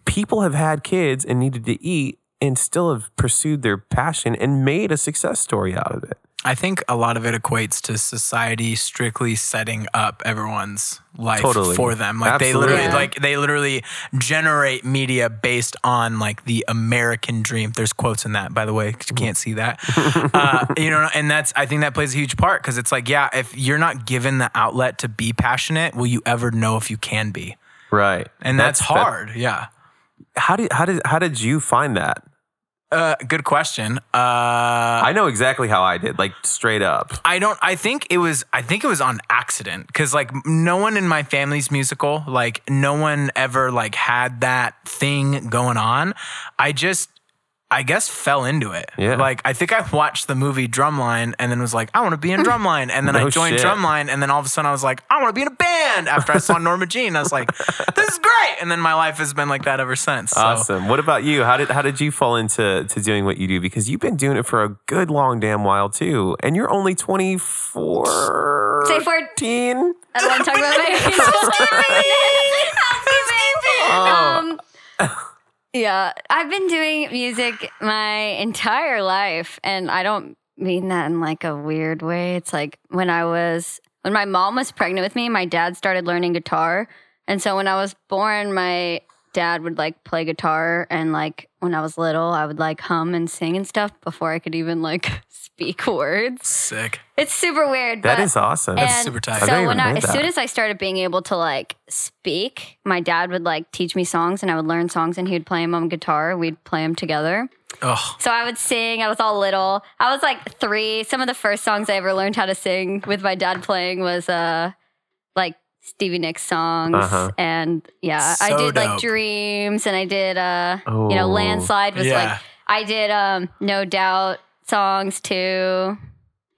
S3: people have had kids and needed to eat and still have pursued their passion and made a success story out of it
S4: I think a lot of it equates to society strictly setting up everyone's life
S3: Totally.
S4: for them. Like they
S3: Absolutely.
S4: literally
S1: Yeah.
S4: like they literally generate media based on like the American dream. There's quotes in that, by the way, 'cause you can't see
S3: (laughs)
S4: that. uh, you know, and that's I think that plays a huge part because it's like, yeah, if you're not given the outlet to be passionate, will you ever know if you can be?
S3: right
S4: And that's, hard. yeah.
S3: how did how did how did you find that
S4: Uh, good question. Uh,
S3: I know exactly how I did, like straight up.
S4: I don't. I think it was. I think it was on accident because like no one in my family's musical. Like no one ever like had that thing going on. I just. I guess fell into it.
S3: Yeah.
S4: Like I think I watched the movie Drumline and then was like, I want to be
S3: (laughs)
S4: in Drumline. And then
S3: No
S4: I joined
S3: shit.
S4: Drumline and then all of a sudden I was like, I want to be in a band after I saw Norma Jean. I was
S3: (laughs)
S4: like, this is great. And then my life has been like that ever since. So.
S3: Awesome. What about you? How did how did you fall into to doing what you do? Because you've been doing it for a good long damn while too, and you're only 24.
S1: Safe word.
S3: 14?
S1: I don't want to talk about (laughs) my Um
S3: Oh.
S1: Yeah, I've been doing music my entire life, and I don't mean that in like a weird way. It's like when I was when my mom was pregnant with me, my dad started learning guitar, and so when I was born, my dad would like play guitar and like when I was little, I would like hum and sing and stuff before I could even like (laughs) speak words.
S4: Sick.
S1: It's super weird.
S3: That
S1: but-
S3: is awesome.
S1: and
S4: super tight. I
S3: didn't
S1: So
S3: even
S1: when I,
S3: know
S1: as
S3: that.
S1: soon as I started being able to like speak, my dad would like teach me songs, and I would learn songs, and he would play them on guitar. We'd play them together.
S4: Oh,
S1: So I would sing. I was all little. I was like three. Some of the first songs I ever learned how to sing with my dad playing was uh like Stevie Nicks songs,
S3: Uh-huh.
S1: and yeah, I
S4: So
S1: did
S4: dope.
S1: like Dreams, and I did uh you know
S3: Oh.
S1: Landslide was
S4: Yeah.
S1: like I did um No Doubt songs too. Uh,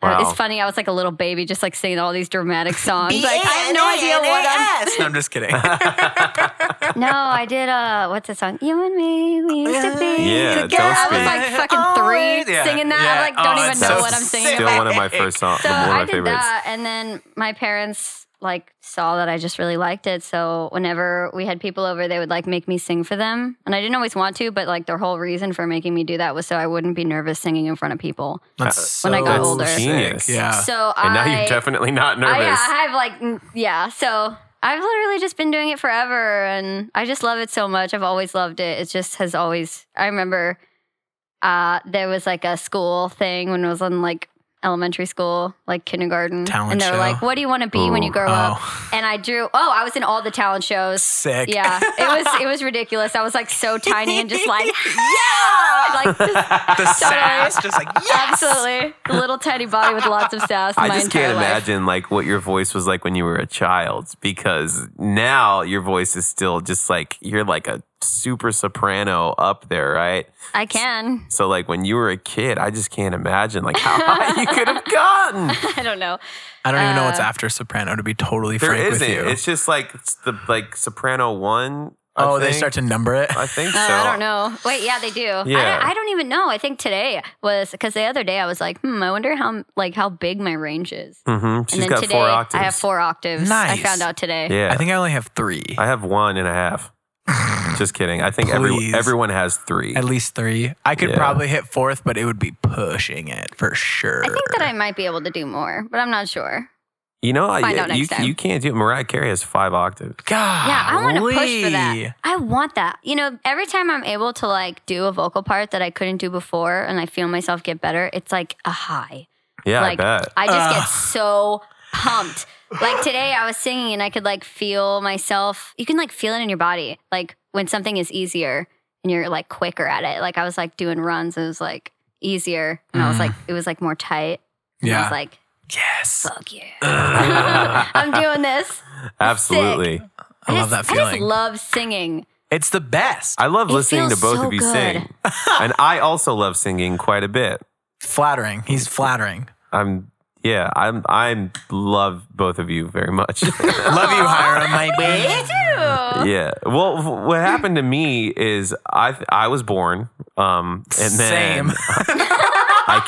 S3: Wow.
S1: It's funny. I was like a little baby, just like singing all these dramatic songs. like I have no idea what I'm.
S4: no, I'm just
S3: (laughs)
S4: kidding.
S1: (laughs) No, I did. Uh, what's the song? You and me, we used to be.
S3: Yeah, don't
S1: together. I was
S3: speak.
S1: like fucking
S4: Always.
S1: three
S4: Oh, Yeah,
S1: singing that.
S4: yeah.
S1: I like don't
S4: Oh,
S1: even
S4: it's
S1: know
S4: so
S1: what I'm singing.
S3: Still
S1: about.
S3: one of my first songs.
S1: So
S3: one of
S1: I
S3: my
S1: did
S3: favorites.
S1: that, and then my parents like saw that I just really liked it. So whenever we had people over, they would like make me sing for them, and I didn't always want to, but like their whole reason for making me do that was so I wouldn't be nervous singing in front of people.
S4: (laughs) That's
S3: uh,
S1: When I got
S4: so
S1: older.
S4: sick.
S3: Genius.
S4: Yeah.
S1: so I
S3: And now you're definitely not
S1: I, yeah,
S3: nervous.
S1: I have like n- yeah. So I've literally just been doing it forever, and I just love it so much. I've always loved it. It just has always. I remember uh, there was like a school thing when I was in like elementary school, like kindergarten,
S4: Talent
S1: and they were
S4: show.
S1: like, "What do you want to be when you
S3: Ooh,
S1: grow
S4: oh.
S1: up?" And I drew. Oh, I was in all the talent shows.
S4: Sick.
S3: (laughs)
S1: Yeah, it was it was ridiculous. I was like so tiny and just like yeah, like just
S4: the sass, just like
S1: absolutely little tiny body with lots of sass.
S3: I
S1: my
S3: just
S1: entire
S3: can't
S1: life.
S3: imagine like what your voice was like when you were a child because now your voice is still just like you're like a super soprano up there, right?
S1: I can. (laughs)
S3: So like when you were a kid, I just can't imagine like how (laughs) high you could
S1: (laughs)
S3: have gotten.
S1: I don't know.
S4: I don't even know
S1: Uh,
S4: what's after soprano. To be totally
S3: There
S4: frank
S3: isn't.
S4: with you,
S3: It's just like it's the like soprano one. I
S4: oh, they
S3: think.
S4: start to number it. (laughs)
S3: I think so.
S1: Uh, I don't know. Wait, yeah, they do. I don't-
S3: Yeah.
S1: I, don't even know. I think today was because the other day I was like, hmm, I wonder how like how big my range is.
S3: Mm-hmm. She's
S1: and then
S3: got
S1: today
S3: four octaves.
S1: I have four octaves.
S4: Nice.
S1: I found out today.
S3: Yeah,
S4: I think I only have three,
S3: I have one and
S4: (sighs)
S3: a half. just kidding. I think every,
S4: Please.
S3: everyone has three.
S4: at least three. I could
S3: Yeah.
S4: probably hit fourth, but it would be pushing it for sure.
S1: I think that I might be able to do more, but I'm not sure.
S3: You know, I,
S1: Find out
S3: you,
S1: next time.
S3: you can't do it. Mariah Carey has five octaves.
S4: God.
S1: Yeah, I want to push for that. I want that. You know, every time I'm able to like do a vocal part that I couldn't do before and I feel myself get better, it's like a high.
S3: Yeah,
S1: like
S3: I bet.
S1: just get so pumped. Like today I was singing and I could like feel myself. You can like feel it in your body. Like when something is easier and you're like quicker at it. Like I was like doing runs, it was like easier and I was
S4: Mm.
S1: like it was like more tight. And I
S4: Yeah.
S1: was like,
S4: Yes.
S1: fuck yeah.
S4: (laughs)
S1: I'm doing this.
S3: Absolutely.
S4: I love that
S1: just- I just
S4: feeling.
S1: love singing.
S4: It's the best.
S3: I love
S1: It
S3: listening to
S1: feels
S3: both
S1: so
S3: of you
S1: good. (laughs)
S3: sing. and I also love singing quite a bit.
S4: Flattering. He's flattering.
S3: (laughs) I'm yeah, I'm I'm love both of you
S1: (laughs)
S3: very much.
S4: Love you, Hiram, my
S1: Me
S4: baby.
S1: too.
S3: yeah. Well, f- what happened to me is I th- I was born um and then
S4: Same.
S3: I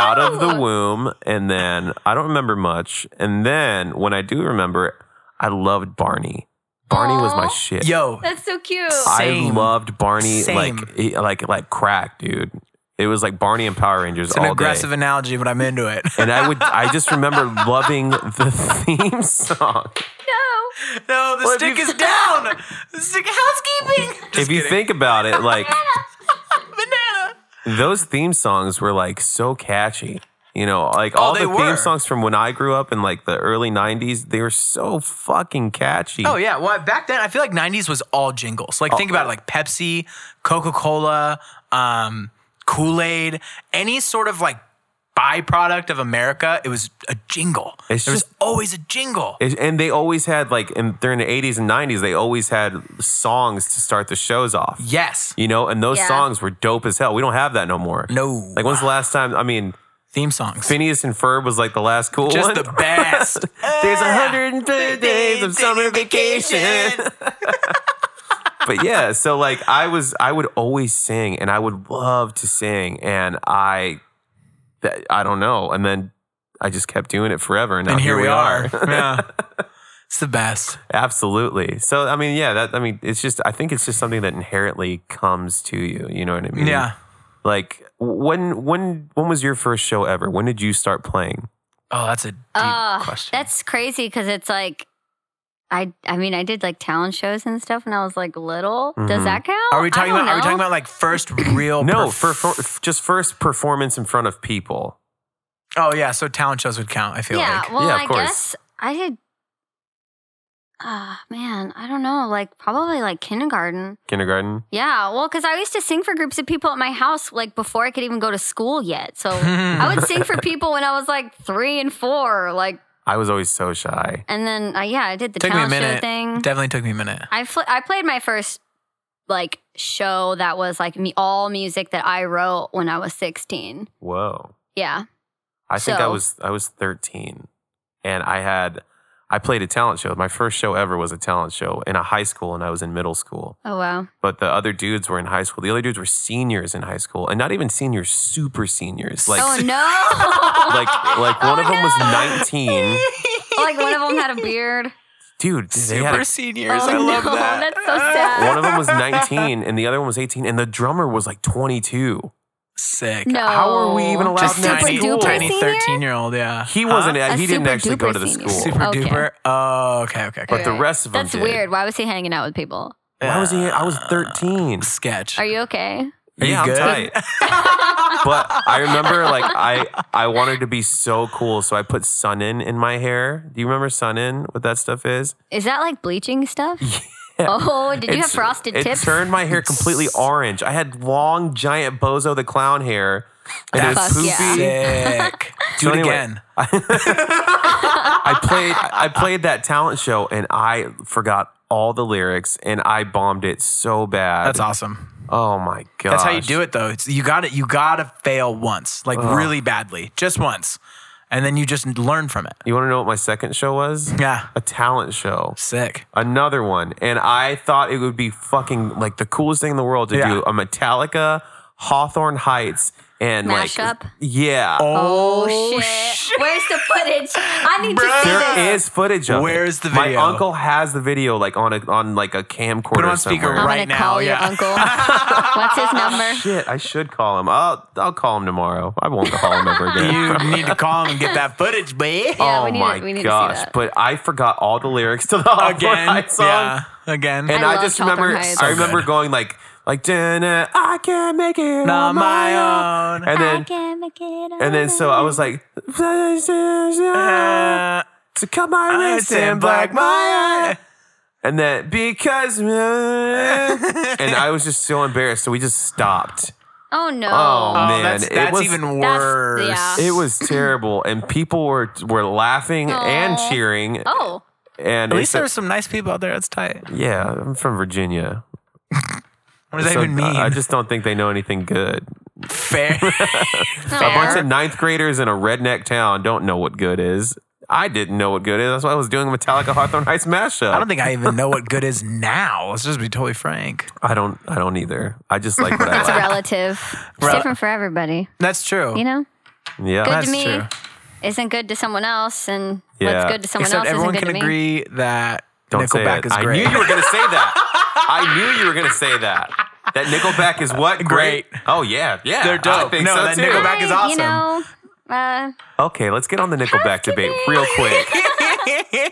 S1: (laughs)
S3: out of the
S1: too.
S3: womb and then I don't remember much and then when I do remember I loved Barney. Barney was my
S1: Aw.
S3: shit.
S4: Yo,
S1: That's so cute.
S3: I
S4: Same.
S3: loved Barney
S4: Same.
S3: like he- like like crack, dude. It was like Barney and Power Rangers
S4: it's
S3: all
S4: an
S3: day.
S4: aggressive analogy, but I'm into it.
S3: and I would I just remember loving the theme (laughs) song.
S1: No.
S4: (laughs) no, the
S3: Well, if
S4: stick
S3: (laughs) you-
S4: is down. The stick housekeeping.
S3: if you think about it, like
S4: banana.
S3: those theme songs were like so catchy. You know, like all
S4: Oh, they
S3: the
S4: were.
S3: theme songs from when I grew up in like the early '90s, they were so fucking catchy.
S4: Oh yeah, well back then I feel like '90s was all jingles. Like think
S3: Oh.
S4: about it, like Pepsi, Coca Cola, um, Kool Aid, any sort of like byproduct of America. It was a jingle.
S3: It's
S4: there
S3: just-
S4: was always a jingle.
S3: It- And they always had like, in, during the '80s and '90s, they always had songs to start the shows off.
S4: yes.
S3: You know, and those
S1: Yeah.
S3: songs were dope as hell. We don't have that no more.
S4: No.
S3: Like, when's the last time? I mean,
S4: Theme songs.
S3: Phineas and Ferb was like the last cool
S4: Just
S3: one.
S4: the best.
S3: (laughs)
S4: (laughs)
S3: There's 130 days of summer vacation. (laughs) but yeah, so like I was, I would always sing, and I would love to sing, and I, that, I don't know, and then I just kept doing it forever, and now
S4: and here, we are.
S3: (laughs) are.
S4: yeah. It's the best.
S3: Absolutely. So I mean, yeah, that I mean, it's just I think it's just something that inherently comes to you. You know what I mean?
S4: Yeah.
S3: Like when when when was your first show ever? When did you start playing?
S4: Oh, that's a deep
S1: Uh,
S4: question.
S1: That's crazy because it's like, I I mean, I did like talent shows and stuff when I was like little. Does that count?
S4: Mm-hmm. are we talking
S1: I
S4: about?
S1: don't
S4: Are we talking
S1: know.
S4: about like first
S3: (clears throat)
S4: real?
S3: No,
S4: Oh, perf-
S3: for, for just first performance in front of people.
S4: oh yeah, so talent shows would count. I feel
S1: Yeah.
S4: like.
S1: well,
S3: Yeah, of
S1: I
S3: course.
S1: guess I did. Ah, man, I don't know. Like probably like kindergarten.
S3: Kindergarten.
S1: Yeah, well, because I used to sing for groups of people at my house, like before I could even go to school yet.
S4: (laughs)
S1: So I would sing for people when I was like three and four, like,
S3: I was always so shy.
S1: and then uh, yeah, I did the
S4: Took me a
S1: talent
S4: minute.
S1: show thing.
S4: Definitely took me a minute.
S1: I fl- I played my first like show that was like me all music that I wrote when I was 16.
S3: Whoa.
S1: Yeah.
S3: I think I
S1: So-
S3: was I was 13 and I had I played a talent show. My first show ever was a talent show in a high school and I was in middle school.
S1: Oh wow.
S3: But the other dudes were in high school. The other dudes were seniors in high school and not even seniors, super seniors. Like
S1: oh no.
S3: (laughs) like like one of them was 19.
S1: (laughs) like one of them had a
S3: (laughs)
S1: beard.
S3: Dude, they
S4: Super
S3: had a
S4: seniors.
S1: oh
S4: I love
S1: no.
S4: that.
S1: That's so sad.
S3: one
S1: (laughs)
S3: of them was 19 and the other one was 18 and the drummer was like 22
S4: (laughs) Sick.
S1: no.
S3: how are we even allowed
S4: Just
S3: in that
S1: super
S4: tiny,
S3: school?
S1: duper
S4: tiny
S1: senior?
S4: 13 year old. Yeah.
S3: he wasn't
S4: Huh?
S3: at,
S1: A
S3: he didn't
S1: super
S3: actually go
S1: duper
S3: to the
S1: senior.
S3: school
S4: super
S1: Okay.
S4: duper. Oh, okay, okay, okay.
S3: but the rest of them
S1: That's
S3: did.
S1: weird. Why was he hanging out with people?
S3: why was he i was 13
S4: Sketch.
S1: Are you okay?
S4: Are you
S3: yeah
S4: good?
S3: i'm tight (laughs) but i remember like i i wanted to be so cool so i put sun in in my hair do you remember sun in what that stuff is
S1: Is that like bleaching
S3: (laughs)
S1: stuff? Oh, did you have
S3: It's-
S1: frosted
S3: it
S1: tips? (laughs)
S3: turned my hair completely orange i had long giant bozo the clown hair and it was
S1: Fuck
S3: poofy
S1: yeah.
S4: Sick. Do
S3: So
S4: it
S3: anyway,
S4: again.
S3: I played I played that talent show and I forgot all the lyrics and I bombed it so bad.
S4: That's awesome.
S3: Oh my god.
S4: That's how you do it, though. It's, you got to You got to fail once, like really badly, just once, and then you just learn from it.
S3: You want to know what my second show was?
S4: Yeah.
S3: A talent show.
S4: Sick.
S3: Another one. And I thought it would be fucking like the coolest thing in the world to
S4: Yeah.
S3: do a Metallica Hawthorne Heights and like
S1: Mashup?
S3: yeah.
S1: Oh, shit. Where's the footage? I need to see this.
S3: There is footage of it.
S4: Where's the video?
S3: My uncle has the video like on a on like a camcorder.
S4: Put it on speaker
S3: somewhere.
S1: I'm
S4: right
S1: gonna
S4: now,
S1: call your
S4: yeah.
S3: (laughs)
S1: uncle. What's his number?
S3: Shit, I should call him. I'll I'll call him tomorrow. I won't call
S4: (laughs)
S3: him ever again.
S4: Oh, You need to call him and get that footage, boy.
S1: Yeah,
S3: (laughs) oh
S1: we need to-
S3: my
S1: we need to see
S3: gosh!
S1: that.
S3: But I forgot all the lyrics to the
S4: (laughs)
S3: Hawthorne
S4: Again,
S3: Heights song.
S4: yeah, again.
S3: And
S1: I
S3: I,
S1: love
S3: just
S1: Hawthorne
S3: remember,
S1: Heights.
S3: I
S1: So
S3: remember
S4: good.
S3: going like, like, "Dinner, I can't make it
S4: Not
S3: on
S4: my
S3: my own.
S4: own. (laughs)
S3: And then,
S1: can make it
S3: and then, so I was like,
S4: (laughs)
S3: to
S4: Uh,
S3: cut my wrist and black my eye. And then
S4: (laughs)
S3: because, (laughs) and I was just so embarrassed, so we just stopped.
S1: Oh no.
S3: Oh,
S4: Oh,
S3: man,
S4: that's,
S3: it
S4: that's
S3: was-
S4: even
S1: That's-
S4: worse.
S1: yeah.
S3: It
S1: (laughs)
S3: was terrible, and people were were laughing and
S1: Aw.
S3: cheering.
S1: Oh.
S3: And
S4: At
S3: it
S4: least there were
S3: said-
S4: some nice people out there. That's tight.
S3: yeah, I'm from Virginia.
S4: What does that
S3: so uh,
S4: even mean?
S3: I I just don't think they know anything good.
S4: (laughs) fair.
S3: A bunch
S1: Fair.
S3: of ninth graders in a redneck town don't know what good is. I didn't know what good is. That's why I was doing a Metallica Hawthorne Heights mashup.
S4: I don't think I even know what good is now. Let's just be totally frank.
S3: I don't. I don't either. I just
S1: (laughs)
S3: like what
S1: It's
S3: I like.
S1: relative. It's
S4: Rel-
S1: different for everybody.
S4: That's true.
S1: You know?
S3: Yeah.
S1: Good
S4: That's
S1: to me
S4: true.
S1: isn't good to someone else and
S3: Yeah.
S1: what's good to someone
S4: Except
S1: else isn't
S4: everyone
S1: good
S4: can
S1: to me.
S4: agree that
S3: Don't say
S4: Nickelback
S3: it.
S4: is
S3: I
S4: great.
S3: knew you were going to say that. (laughs) I knew you were going to say that. That Nickelback is what
S4: Great.
S3: great. Oh yeah, yeah.
S4: They're dope.
S3: I think
S4: No,
S3: so
S4: that
S3: too.
S4: Nickelback
S1: I,
S4: is awesome.
S1: You know, uh,
S3: Okay, let's get on the Nickelback debate real quick.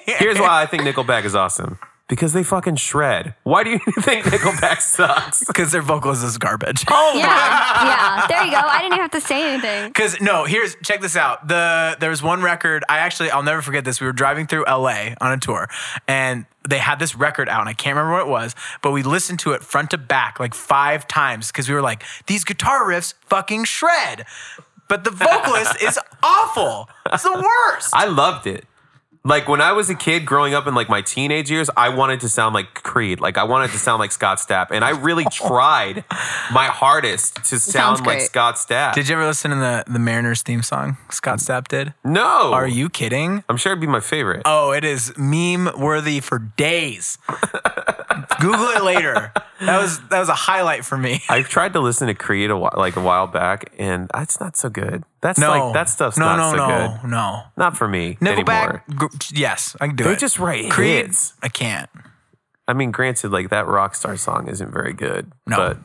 S4: (laughs)
S1: (laughs)
S3: Here's why I think Nickelback is awesome. Because they fucking shred. Why do you (laughs) think Nickelback sucks?
S4: because their vocals is garbage. (laughs)
S1: yeah, yeah. There you go. I didn't even have to say anything.
S4: Because no, here's check this out. The there was one record. I actually I'll never forget this. We were driving through LA on a tour, and they had this record out, and I can't remember what it was, but we listened to it front to back like five times because we were like, these guitar riffs fucking shred, but the vocalist is (laughs) awful. It's the worst.
S3: I loved it. Like when I was a kid growing up in like my teenage years, I wanted to sound like Creed. Like I wanted to sound like Scott Stapp. And I really tried my hardest to sound like
S1: great.
S3: Scott Stapp.
S4: Did you ever listen to the the Mariners theme song? Scott Stapp did.
S3: No.
S4: Are you kidding?
S3: I'm sure it'd be my favorite.
S4: Oh, it is meme worthy for
S3: (laughs)
S4: days. Google it later. That was that was a highlight for me.
S3: I tried to listen to Creed a while, like a while back, and that's not so good. That's like that stuff's
S4: no,
S3: not
S4: no,
S3: so
S4: no,
S3: good.
S4: No,
S3: Not for me anymore.
S4: Nickelback. gr- yes, I can do
S3: They
S4: it.
S3: just write hits.
S4: I can't. (laughs)
S3: I mean, granted, like that rock star song isn't very good.
S4: No.
S3: But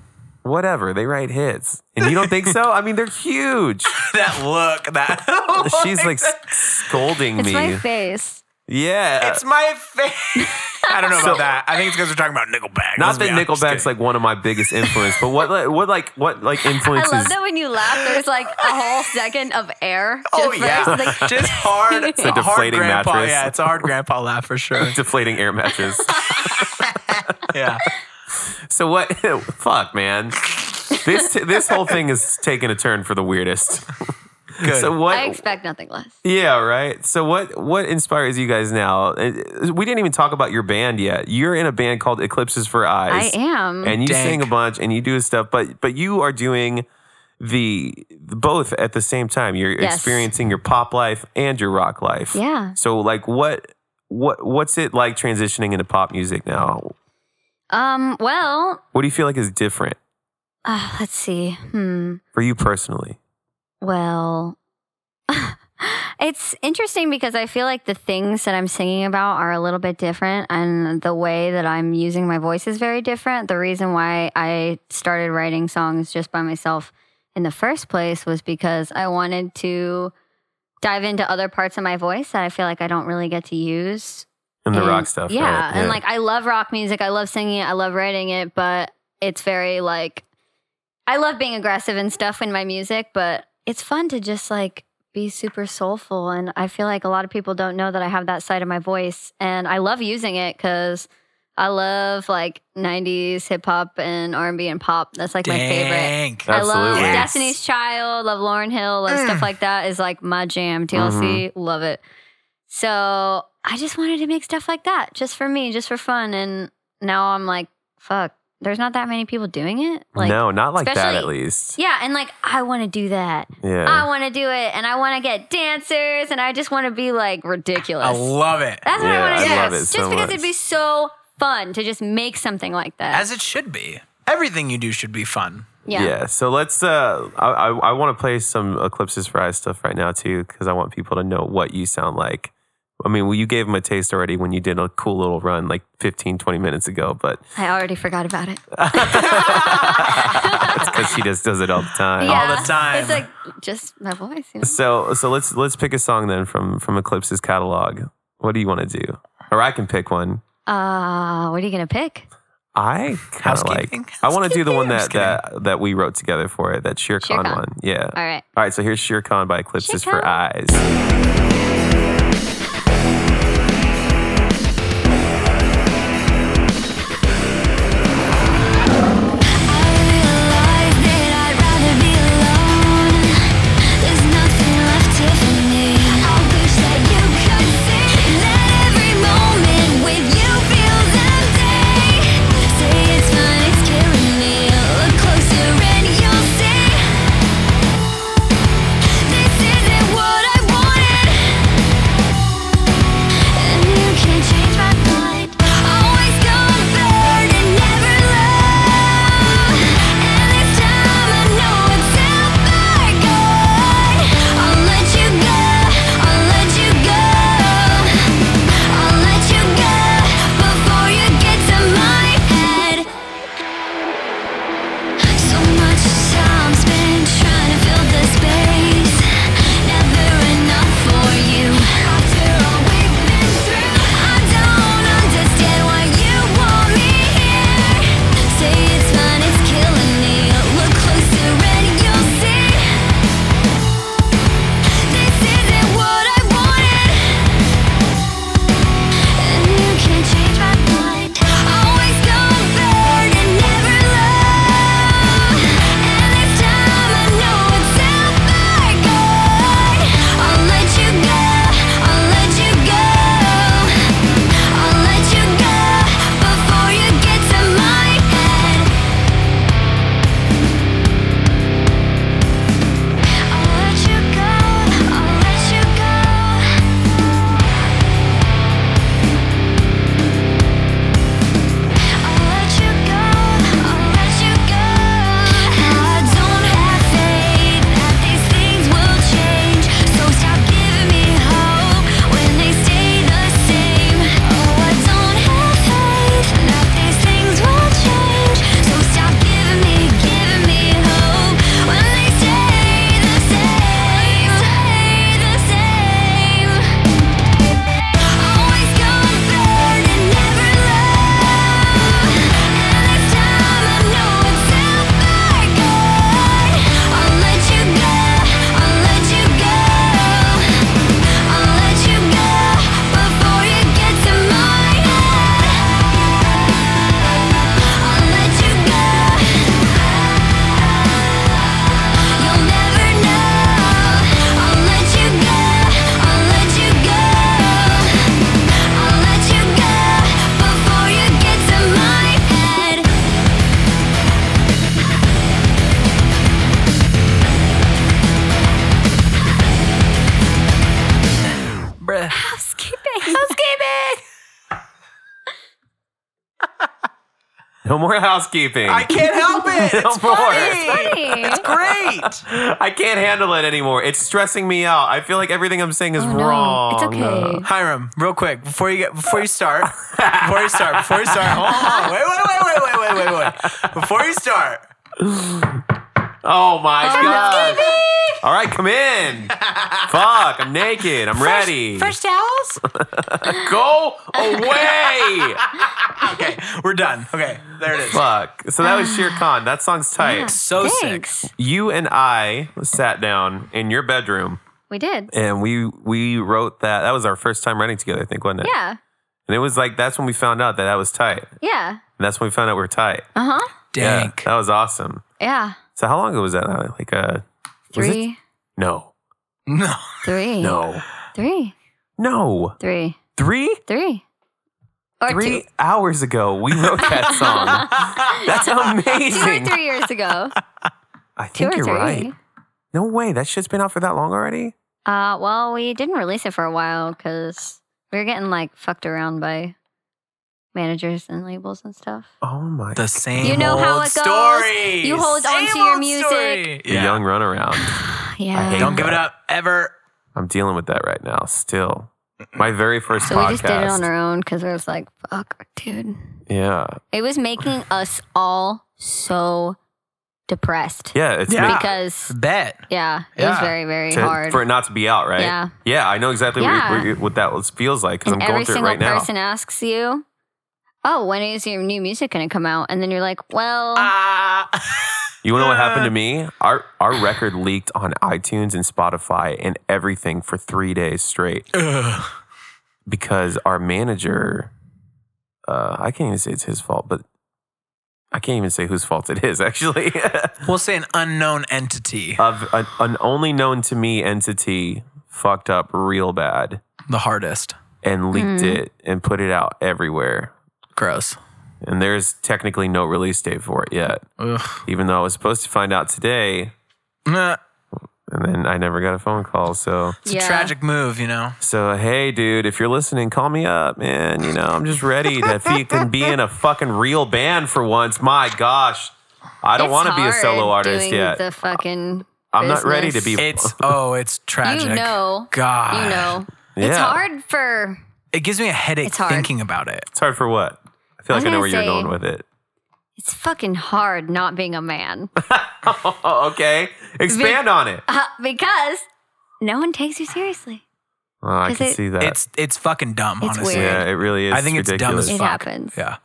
S3: whatever, they write hits. And you don't
S4: (laughs)
S3: think so? I mean, they're huge.
S4: that look.
S3: (laughs)
S4: That
S3: She's like s- scolding
S1: It's
S3: me.
S1: my face.
S4: (laughs)
S3: yeah.
S4: It's my face. I don't know about that. I think it's because we're talking about Nickelback.
S3: not that Nickelback's like one of my biggest influence, but what like, what like what like
S1: (laughs) I
S3: influences
S1: love that when you laugh, there's like a whole second of air. Just
S4: Oh yeah,
S1: first,
S4: (laughs)
S1: like,
S4: just hard.
S1: It's
S3: a
S4: hard
S3: deflating
S4: grandpa.
S3: mattress.
S4: Yeah, it's a hard grandpa laugh for
S3: (laughs)
S4: sure.
S3: deflating air matches.
S4: Yeah,
S3: so what (laughs) fuck, man. This this whole thing is taking a turn for the weirdest.
S4: good.
S3: So
S1: I
S3: what
S1: expect nothing less.
S3: Yeah, right. So what what inspires you guys now? Uh, We didn't even talk about your band yet. You're in a band called Eclipses for
S1: I
S3: Eyes.
S1: am.
S3: And you
S4: Dank.
S3: sing a bunch and you do stuff, but but you are doing the both at the same time. You're
S1: Yes.
S3: experiencing your pop life and your rock life.
S1: Yeah.
S3: So like what what what's it like transitioning into pop music now?
S1: Um. Well,
S3: What do you feel like is different
S1: uh, let's see. Hmm.
S3: for you personally?
S1: Well, (laughs) it's interesting because I feel like the things that I'm singing about are a little bit different, and the way that I'm using my voice is very different. The reason why I started writing songs just by myself in the first place was because I wanted to dive into other parts of my voice that I feel like I don't really get to use
S3: In the
S1: and-
S3: rock stuff.
S1: Yeah,
S3: right?
S1: and like I love rock music. I love singing it. I love writing it, but it's very like I love being aggressive and stuff in my music, but it's fun to just like be super soulful and I feel like a lot of people don't know that I have that side of my voice and I love using it cuz I love like 90s hip hop and R&B and pop. That's like my favorite.
S4: Dank.
S1: I love
S3: Absolutely.
S4: Yes.
S1: Destiny's Child, love Lauren Hill, love stuff like that is like my jam. TLC,
S3: Mm-hmm.
S1: love it. So I just wanted to make stuff like that just for me, just for fun. And now I'm like, fuck, there's not that many people doing it. Like,
S3: no, not like that
S1: especially-
S3: at least.
S1: Yeah. And like, I want to do that.
S3: Yeah.
S1: I want to do it. And I want to get dancers and I just want to be like ridiculous.
S4: I love it.
S1: That's what
S3: Yeah,
S1: I want to
S3: I
S1: do.
S3: love it
S1: just
S3: so
S1: because
S3: much.
S1: it'd be so fun to just make something like that.
S4: As it should be. everything you do should be fun.
S1: Yeah.
S3: So let's. Uh, I I, I want to play some Eclipses for Eyes stuff right now too, because I want people to know what you sound like. I mean, well, you gave them a taste already when you did a cool little run like 15, 20 minutes ago,
S1: (laughs)
S3: but
S1: I already forgot about it.
S3: that's because she just does it all the time.
S1: yeah.
S4: the time.
S1: It's like just my voice. You know?
S3: So so let's let's pick a song then from from Eclipse's catalog. What do you want to do? Or I can pick one.
S1: Uh, what are you gonna pick?
S3: I kind of like.
S4: Housekeeping?
S3: I want to do the one that,
S4: Housekeeping? I'm just
S3: that that we wrote together for it. That Shere
S1: Shere
S3: Khan,
S1: Khan.
S3: one. Yeah.
S1: All right.
S3: All right. So here's Shere Khan by Eclipses
S1: Shere
S3: for
S1: Khan.
S3: Eyes.
S6: Change my mind. Always gonna burn and never love. And this time I know it's ever gone. I'll let you go. I'll let you go. I'll let you go before you get to my head. So much time spent trying to fill the space. Never enough for you. After all we've been through, I don't understand why you want me here. Say it's fine, it's killing me. Look closer and you'll see. This isn't what I wanted. And you can't change my mind. Always gonna burn and never love. And this time I know it's ever gone. I'll let you go. I'll let you go. I'll let you go before you get to my head. I'll let you go. I'll let you go. I'll let you go, I'll let you go. I don't have faith that these things will change. So stop giving me hope when they stay the same. Oh, I don't have faith that these things will change. So stop giving me, giving me hope when they stay the same, stay the same. Always gonna burn and never love. And this time I know it's ever gone. I'll let you go. I'll let you go. I'll let you go before you get to my head. I'll let you go. You'll never know. I'll let you go. I'll let you go. I'll let you go before you get to my head.
S4: Bruh.
S1: (laughs) Housekeeping. Housekeeping.
S3: No more housekeeping.
S4: I can't help (laughs) it.
S3: no
S4: It's
S3: more.
S1: (laughs) Funny.
S4: great.
S3: I can't handle it anymore. It's stressing me out. I feel like everything I'm saying is
S1: Oh, no.
S3: wrong.
S1: It's okay.
S4: Hiram, real quick before you get before you start, before you start, before you start, hold on, hold on, wait, wait, wait, wait, wait, wait, wait, wait, before you start.
S3: Oh my god. All right,
S1: (laughs)
S3: come in. Fuck, I'm naked. I'm
S1: (laughs)
S3: ready.
S4: towels.
S3: (laughs) Go away.
S4: Okay, we're done. Okay, there it is.
S3: Fuck. So that was Shere Khan. That song's tight.
S4: So sick.
S1: Thanks.
S3: You and I sat down in your bedroom
S1: We did.
S3: and we we wrote that. That was our first time writing together, I think, wasn't it?
S1: Yeah.
S3: And it was like that's when we found out that that was tight. And
S1: Yeah.
S3: that's when we found out we were tight.
S1: Uh huh.
S3: Yeah,
S4: Dank.
S3: that was awesome.
S1: Yeah.
S3: So how long ago was that? Like uh Was it-
S1: Three.
S3: no.
S4: No,
S1: Three.
S3: No.
S1: Three.
S3: No.
S1: Three.
S3: Three?
S1: Three. Or
S3: Three
S1: two.
S3: hours ago, we wrote that
S1: (laughs)
S3: song. That's
S1: Two or
S3: amazing.
S1: three years
S3: (laughs)
S1: ago. Two
S3: I think
S1: or
S3: you're
S1: three.
S3: right. No way. That shit's been out for that long already?
S1: Uh, well, we didn't release it for a while because we were getting like fucked around by managers and labels and stuff.
S3: Oh my.
S4: The same
S1: You know
S4: old
S1: how it goes.
S4: story.
S1: You hold
S4: Same
S1: onto your
S4: old
S1: music.
S4: story.
S3: The young runaround.
S1: Yeah.
S3: hate
S4: Don't give it up ever.
S3: I'm dealing with that right now still. My very first
S1: so
S3: podcast.
S1: we just did it on our own because I was like, fuck, dude.
S3: yeah.
S1: It was
S3: (sighs)
S1: making us all so depressed
S3: Yeah. It's
S4: Yeah.
S1: because,
S4: Bet.
S1: yeah, it was
S4: Yeah.
S1: very, very
S3: to-
S1: hard.
S3: for it not to be out, right?
S1: Yeah.
S3: Yeah, I know exactly
S1: Yeah.
S3: What, you- what that was- feels like because I'm
S1: and
S3: going
S1: every
S3: through it
S1: single
S3: right now.
S1: person asks you, oh, when is your new music going to come out? And then you're like, well, Um,
S4: Ah.
S3: You want to know what happened to me? Our our record leaked on iTunes and Spotify and everything for three days straight
S4: Ugh.
S3: because our manager, uh, I can't even say it's his fault, but I can't even say whose fault it is (laughs) actually.
S4: we'll say an unknown entity.
S3: of an, an only known to me entity fucked up real bad
S4: the hardest.
S3: and leaked it and put it out everywhere.
S4: Gross.
S3: And there's technically no release date for it yet,
S4: Ugh.
S3: even though I was supposed to find out today.
S4: Nah,
S3: And then I never got a phone call. So,
S4: It's
S1: yeah.
S4: a tragic move, you know.
S3: so hey, dude, if you're listening, call me up, man. You know, I'm just
S1: (laughs)
S3: ready to if you can be in a fucking real band for once. My gosh, I don't
S1: It's
S3: want to be a
S1: hard
S3: solo artist
S1: doing
S3: yet.
S1: The fucking
S3: I'm not ready to
S1: business.
S3: be. (laughs)
S4: It's oh, it's tragic.
S1: You know.
S4: God.
S1: You know. It's
S3: Yeah.
S1: hard for
S4: It gives me a headache
S1: It's hard.
S4: thinking about it.
S3: It's hard for what? I feel
S1: I was
S3: like I know
S1: gonna
S3: where you're
S1: say-
S3: going with it.
S1: it's fucking hard not being a man (laughs)
S3: Oh, okay. Expand on it.
S1: Uh, because no one takes you seriously.
S3: Oh, I
S1: 'Cause
S3: can
S1: it-
S3: see that.
S4: It's it's fucking dumb,
S1: It's
S4: honestly.
S1: weird.
S3: yeah, it really is.
S4: I think it's dumb
S3: ridiculous.
S4: as
S1: It
S4: fuck.
S1: happens.
S4: Yeah.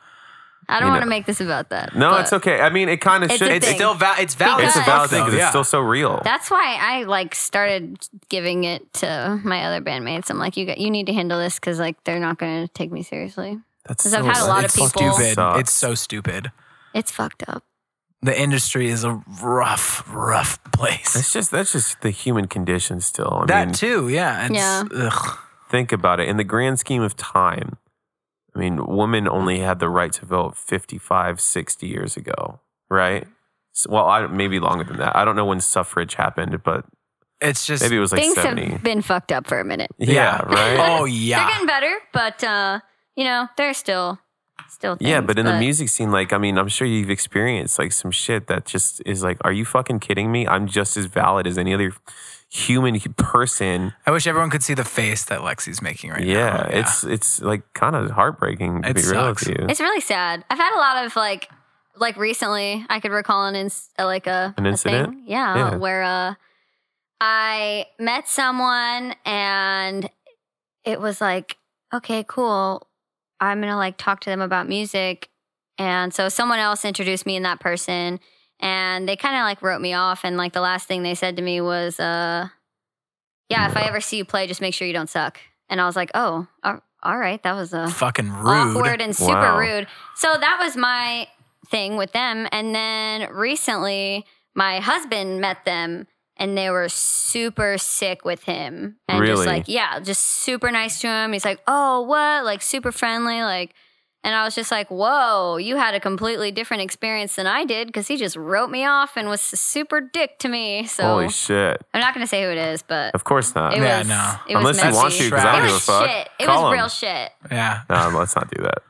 S1: I don't
S3: You
S1: want
S3: know.
S1: to make this about that.
S3: No,
S1: but
S3: it's okay. I mean, it kind of
S1: It's a
S3: should.
S1: thing.
S4: It's still val- it's valid.
S3: It's a
S1: Because-
S3: valid thing
S4: though,
S3: because it's
S4: yeah.
S3: still so real.
S1: That's why I like started giving it to my other bandmates. I'm like, you got, you need to handle this because like they're not going to take me seriously.
S3: That's
S1: 'Cause I've had a lot of
S4: it's
S1: people-
S4: stupid.
S3: Sucks.
S4: It's so stupid.
S1: It's fucked up.
S4: The industry is a rough, rough place.
S3: That's just that's just the human condition. Still,
S4: (laughs)
S3: I
S4: That
S3: mean,
S4: too, yeah. It's,
S1: Yeah.
S4: Ugh.
S3: think about it in the grand scheme of time. I mean, women only had the right to vote 55, 60 years ago, right? So, well, I, maybe longer than that. I don't know when suffrage happened, but
S4: It's just
S3: maybe it was like
S1: Things
S3: 70.
S1: have been fucked up for a minute.
S3: (laughs) yeah, right?
S4: Oh
S3: Ah.
S1: They're
S4: yeah.
S1: getting better, but uh, you know, they're still still things,
S3: Yeah, but in the music scene, like, I mean, I'm sure you've experienced like some shit that just is like, are you fucking kidding me? I'm just as valid as any other human hu- person.
S4: I wish everyone could see the face that Lexi's making right now.
S3: Yeah, it's it's like kind of heartbreaking to
S4: It
S3: be real
S4: sucks.
S3: with you.
S1: It's really sad. I've had a lot of like, like recently, I could recall an ins- uh, like a
S3: An
S1: a
S3: incident?
S1: thing. Yeah,
S3: Yeah.
S1: where uh, I met someone and it was like, okay, cool. I'm gonna like talk to them about music, and so someone else introduced me and that person, and they kind of like wrote me off, and like the last thing they said to me was, uh, yeah, if I ever see you play, just make sure you don't suck. And I was like, oh, all all right, that was a
S4: fucking rude.
S1: awkward and super
S3: Wow.
S1: rude. So that was my thing with them. And then recently, my husband met them and they were super sick with him. And
S3: Really?
S1: just like, yeah, just super nice to him. He's like, oh, what? Like, super friendly. Like, and I was just like, whoa, you had a completely different experience than I did because he just wrote me off and was a super dick to me. So
S3: Holy shit!
S1: I'm not going to say who it is, but
S3: Of course not.
S1: it
S4: Yeah,
S1: was,
S4: no.
S1: it was
S3: Unless you want
S1: messy.
S3: to, because I
S1: it
S3: don't give a
S1: was
S3: fuck.
S1: shit. It
S3: Call
S1: was
S3: 'em.
S1: real shit.
S4: yeah.
S3: No, Um, let's not do that.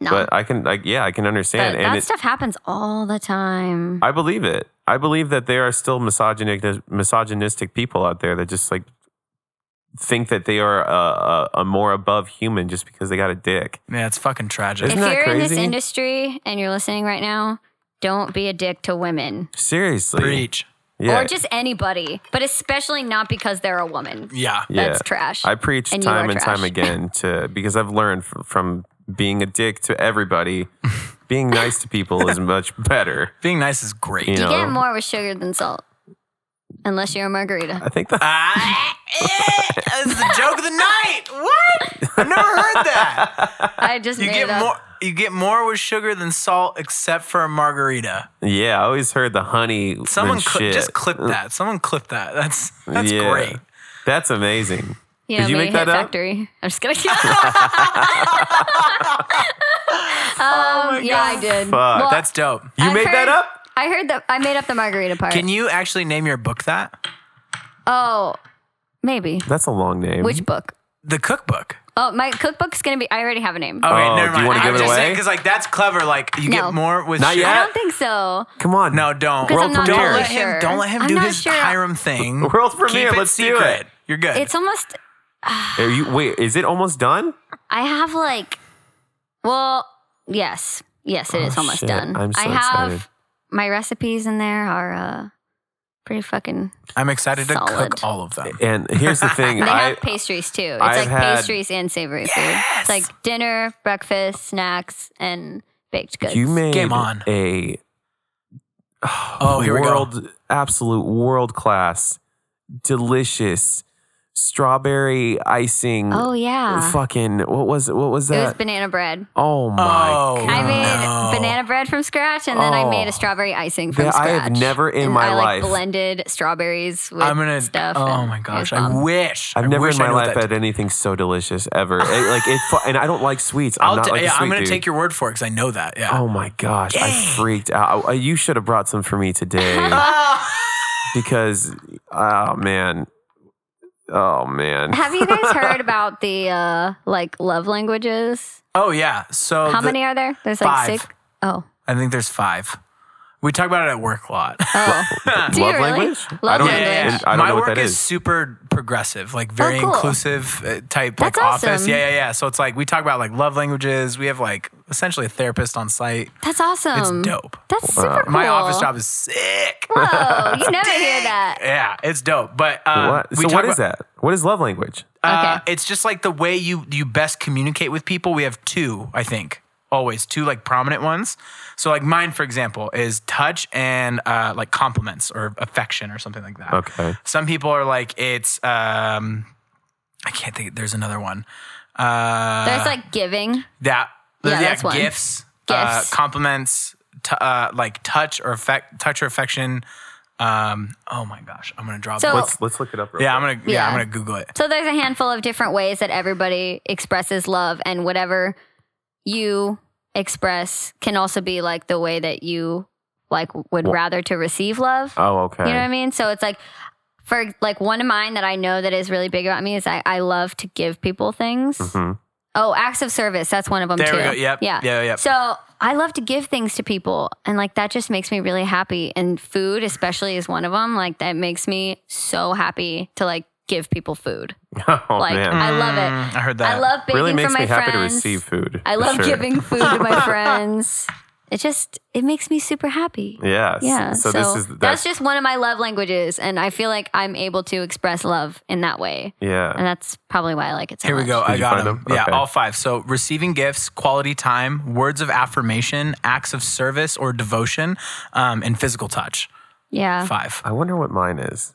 S1: No.
S3: But I can, like, yeah, I can understand,
S1: But
S3: and
S1: that
S3: it,
S1: stuff happens all the time.
S3: I believe it. I believe that there are still misogynistic misogynistic people out there that just like think that they are uh, a, a, a more above human just because they got a dick.
S4: Yeah, it's fucking tragic.
S1: if
S3: Isn't that
S1: you're in this
S3: crazy?
S1: industry and you're listening right now, don't be a dick to women
S3: Seriously,
S4: Breach.
S3: yeah,
S1: or just anybody, but especially not because they're a woman.
S4: Yeah.
S3: yeah.
S1: That's trash.
S3: I preach
S1: And you
S3: time
S1: are
S3: and
S1: trash. (laughs)
S3: time again to because I've learned from, from being a dick to everybody, being nice to
S4: (laughs)
S3: people is much better.
S4: Being nice is great.
S3: You
S1: you
S3: know,
S1: get more with sugar than salt, unless you're a
S3: (laughs)
S1: margarita.
S3: I think that
S1: (laughs)
S4: Ah, eh, That's the joke of the night. What? I've never heard that.
S1: I just
S4: You
S1: made it
S4: get
S1: up.
S4: more. You get more with sugar than salt, except for a margarita.
S3: yeah, I always heard the honey.
S4: Someone
S3: and
S4: cl-
S3: shit.
S4: just clip that. Someone clip that. That's that's
S3: Yeah.
S4: great.
S3: That's amazing.
S1: Yeah,
S3: Did you
S1: me,
S3: make that
S1: Hit
S3: up?
S1: Factory. (laughs) I'm
S3: (laughs)
S1: just gonna. um, Um, yeah, I did.
S3: Oh Fuck,
S1: Well,
S4: That's dope.
S3: You
S1: I've
S3: made
S1: heard-
S3: that up?
S1: I heard that. I made up the margarita part.
S4: Can you actually name your book that?
S1: oh, maybe.
S3: That's a long name.
S1: Which book?
S4: The cookbook.
S1: Oh, my cookbook's gonna be. I already have a name.
S4: Oh, wait,
S3: Oh,
S4: never
S3: do
S4: mind.
S3: you wanna give it away?
S4: Because like that's clever. Like you
S1: No.
S4: get more with
S3: Not
S4: shit.
S1: I
S3: yet?
S1: don't think so.
S3: Come on.
S4: No, don't.
S1: 'Cause I'm not
S4: don't
S1: totally
S4: let him.
S1: sure.
S4: Don't let him
S1: I'm
S4: do
S1: not
S4: his
S1: sure.
S4: Hiram thing.
S3: World premiere.
S4: Keep it
S3: Let's
S4: secret.
S3: do it.
S4: You're good.
S1: It's almost.
S3: Are you, wait, is it almost done?
S1: I have like. Well, yes, yes, it is
S3: Oh,
S1: almost
S3: shit.
S1: done.
S3: I'm so
S1: I have
S3: excited.
S1: my recipes in there are uh, pretty fucking.
S4: I'm excited to
S1: Solid.
S4: cook all of them.
S3: And
S1: (laughs)
S3: here's the thing.
S1: They
S3: I,
S1: have pastries too. It's
S3: I've
S1: like
S3: had-
S1: pastries and savory food. It's like dinner, breakfast, snacks, and baked goods.
S3: you made
S4: Game on.
S3: a
S4: Oh, here we go.
S3: world, absolute world class, delicious strawberry icing.
S1: oh yeah,
S3: Fucking what was what was
S1: it was
S3: that?
S1: banana bread.
S3: oh my!
S4: Oh,
S1: I
S4: mean,
S1: made banana bread from scratch, and then I made
S3: Oh.
S1: a strawberry icing from
S3: That I
S1: scratch.
S3: have never in
S1: And
S3: my
S1: I, like,
S3: life-
S1: blended strawberries with
S4: I'm gonna.
S1: stuff.
S4: oh
S1: and
S4: my
S1: it
S4: gosh!
S1: was
S4: I
S3: (laughs)
S1: bomb.
S4: wish.
S3: I've
S4: I
S3: never
S4: wish
S3: in
S4: I
S3: my
S4: knew what
S3: life
S4: that
S3: had anything so delicious
S1: (laughs)
S3: ever. It- like it, fu- and I don't like sweets. I'm
S4: I'll
S3: not
S4: ta-
S3: like a
S4: yeah,
S3: sweet
S4: I'm gonna
S3: dude.
S4: take your word for it because I know that. Yeah.
S3: Oh my gosh! I freaked out. I- you should have brought some for
S1: (laughs)
S3: me today because, oh man, oh man.
S1: Have you guys heard about the uh, like love languages?
S4: (laughs) Oh yeah. So
S1: How
S4: the-
S1: many are there? There's like
S4: Five.
S1: six. Oh,
S4: I think there's five. We talk about it at work a lot.
S3: (laughs)
S1: oh. Do you
S3: Love
S1: really?
S3: language?
S1: Love
S3: I don't,
S1: language.
S3: and I don't
S4: My
S3: know
S4: work
S3: what that
S4: is
S3: is.
S4: super progressive, like very
S1: Oh, cool.
S4: inclusive uh, type
S1: That's
S4: like office.
S1: awesome.
S4: Yeah, yeah, yeah. So it's like we talk about like love languages. We have like essentially a therapist on site.
S1: That's awesome.
S4: It's dope.
S1: That's super Um, cool.
S4: My office job is sick.
S1: Whoa,
S4: (laughs)
S1: you never hear that.
S4: Yeah, it's dope. But uh,
S3: what?
S4: we
S3: So
S4: talk
S3: what is
S4: about-
S3: that? What is love language?
S4: Uh,
S1: Okay.
S4: It's just like the way you you best communicate with people. We have two, I think, always two like prominent ones. So like mine, for example, is touch and uh, like compliments or affection or something like that.
S3: Okay.
S4: Some people are like it's um, I can't think. There's another one. Uh,
S1: There's like giving.
S4: that
S1: Yeah,
S4: yeah,
S1: that's one.
S4: gifts, Uh,
S1: Gifts.
S4: compliments, t- uh, like touch or affect, touch or affection. Um, oh my gosh, I'm gonna draw.
S1: So-
S4: the-
S3: Let's let's look it up. Real
S4: yeah, I'm
S3: quick.
S4: gonna yeah, I'm
S1: Yeah.
S4: gonna Google it.
S1: So there's a handful of different ways that everybody expresses love, and whatever you express can also be like the way that you like would rather to receive love.
S3: Oh, okay.
S1: You know what I mean? So it's like for like one of mine that I know that is really big about me is I, I love to give people things.
S3: Mhm.
S1: Oh, acts of service. That's one of them
S4: Mm-hmm. There
S1: too.
S4: we go. Yep.
S1: Yeah.
S4: Yeah. Yep.
S1: So I love to give things to people, and like that just makes me really happy. And food, especially, is one of them. Like that makes me so happy to like give people food.
S3: (laughs) Oh
S1: Like
S3: man,
S1: I love it.
S4: Mm, I heard that.
S1: I love baking
S3: really
S1: for
S3: makes
S1: my
S3: me happy to
S1: friends.
S3: receive food.
S1: I
S3: for
S1: love
S3: sure.
S1: giving food to
S3: (laughs)
S1: my friends. It just it makes me super happy.
S3: Yes.
S1: Yeah.
S3: So, this is
S1: that's, just one of my love languages, and I feel like I'm able to express love in that way, and
S3: yeah.
S1: that's probably why I like it so
S4: Here we
S1: much.
S4: go. I
S3: you
S4: got
S3: find
S4: them.
S3: them?
S4: Yeah,
S3: Okay.
S4: all five. So receiving gifts, quality time, words of affirmation, acts of service or devotion, um, and physical touch.
S1: Yeah.
S4: Five.
S3: I wonder what mine is.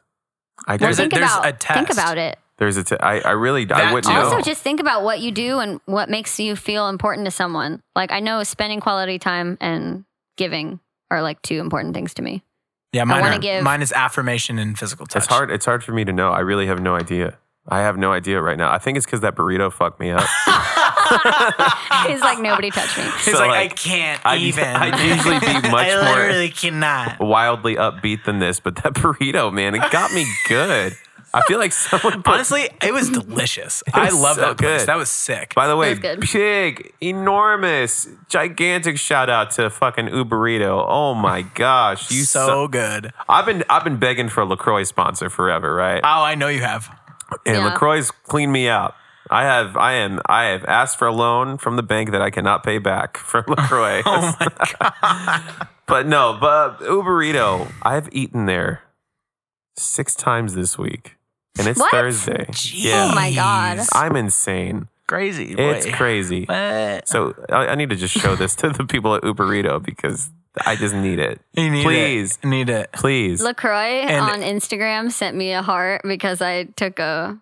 S3: I
S1: Well,
S4: a-
S3: guess
S1: think
S4: there's
S1: about
S4: a
S1: think
S4: test.
S1: about it.
S3: there's a. T- I I really I
S4: That too.
S3: wouldn't know.
S1: Also, just think about what you do and what makes you feel important to someone. Like I know spending quality time and giving are like two important things to
S3: (laughs)
S1: me.
S4: Yeah, mine,
S1: wanna
S4: are-
S1: give-
S4: mine is affirmation and physical touch.
S3: it's hard. It's hard for me to know. I really have no idea. I have no idea right now. I think it's because that burrito fucked
S4: (laughs)
S3: me up.
S1: He's like nobody touched me.
S4: It's
S3: So,
S4: like,
S3: like,
S4: I can't
S3: I'd- (laughs)
S4: even.
S3: I'd
S4: (laughs)
S3: usually be much
S4: I
S3: more-
S4: literally cannot.
S3: Wildly upbeat than this, but that (laughs) burrito, man, it got me good. I feel like someone put
S4: Honestly, it was
S3: (laughs)
S4: delicious. I
S3: was
S4: love
S3: so
S4: that place.
S3: good.
S4: That was sick.
S3: By the way,
S1: That's good.
S3: big, enormous, gigantic shout out to fucking Uberito. Oh my gosh, you
S4: so,
S3: so.
S4: good. Oh,
S3: I've been I've been begging for a Lacroix sponsor forever, right?
S4: I know you have.
S3: and
S1: Yeah.
S3: Lacroix's cleaned me out. I have I am I have asked for a loan from the bank that I cannot pay back (laughs) from
S1: (laughs)
S3: Lacroix. oh (laughs) my god! but no, but Uberito, I've eaten there six times this week, and it's
S1: What?
S3: Thursday. Yeah,
S1: Oh my god.
S3: I'm insane.
S4: Crazy.
S3: It's
S4: boy.
S3: crazy.
S4: But-
S3: So I, I need to just show this to the people at Uberito because I just
S1: (laughs)
S3: need it.
S4: You need
S3: please,
S4: It. Need it.
S3: please.
S1: Lacroix
S4: And-
S1: on Instagram sent me a heart because I took a.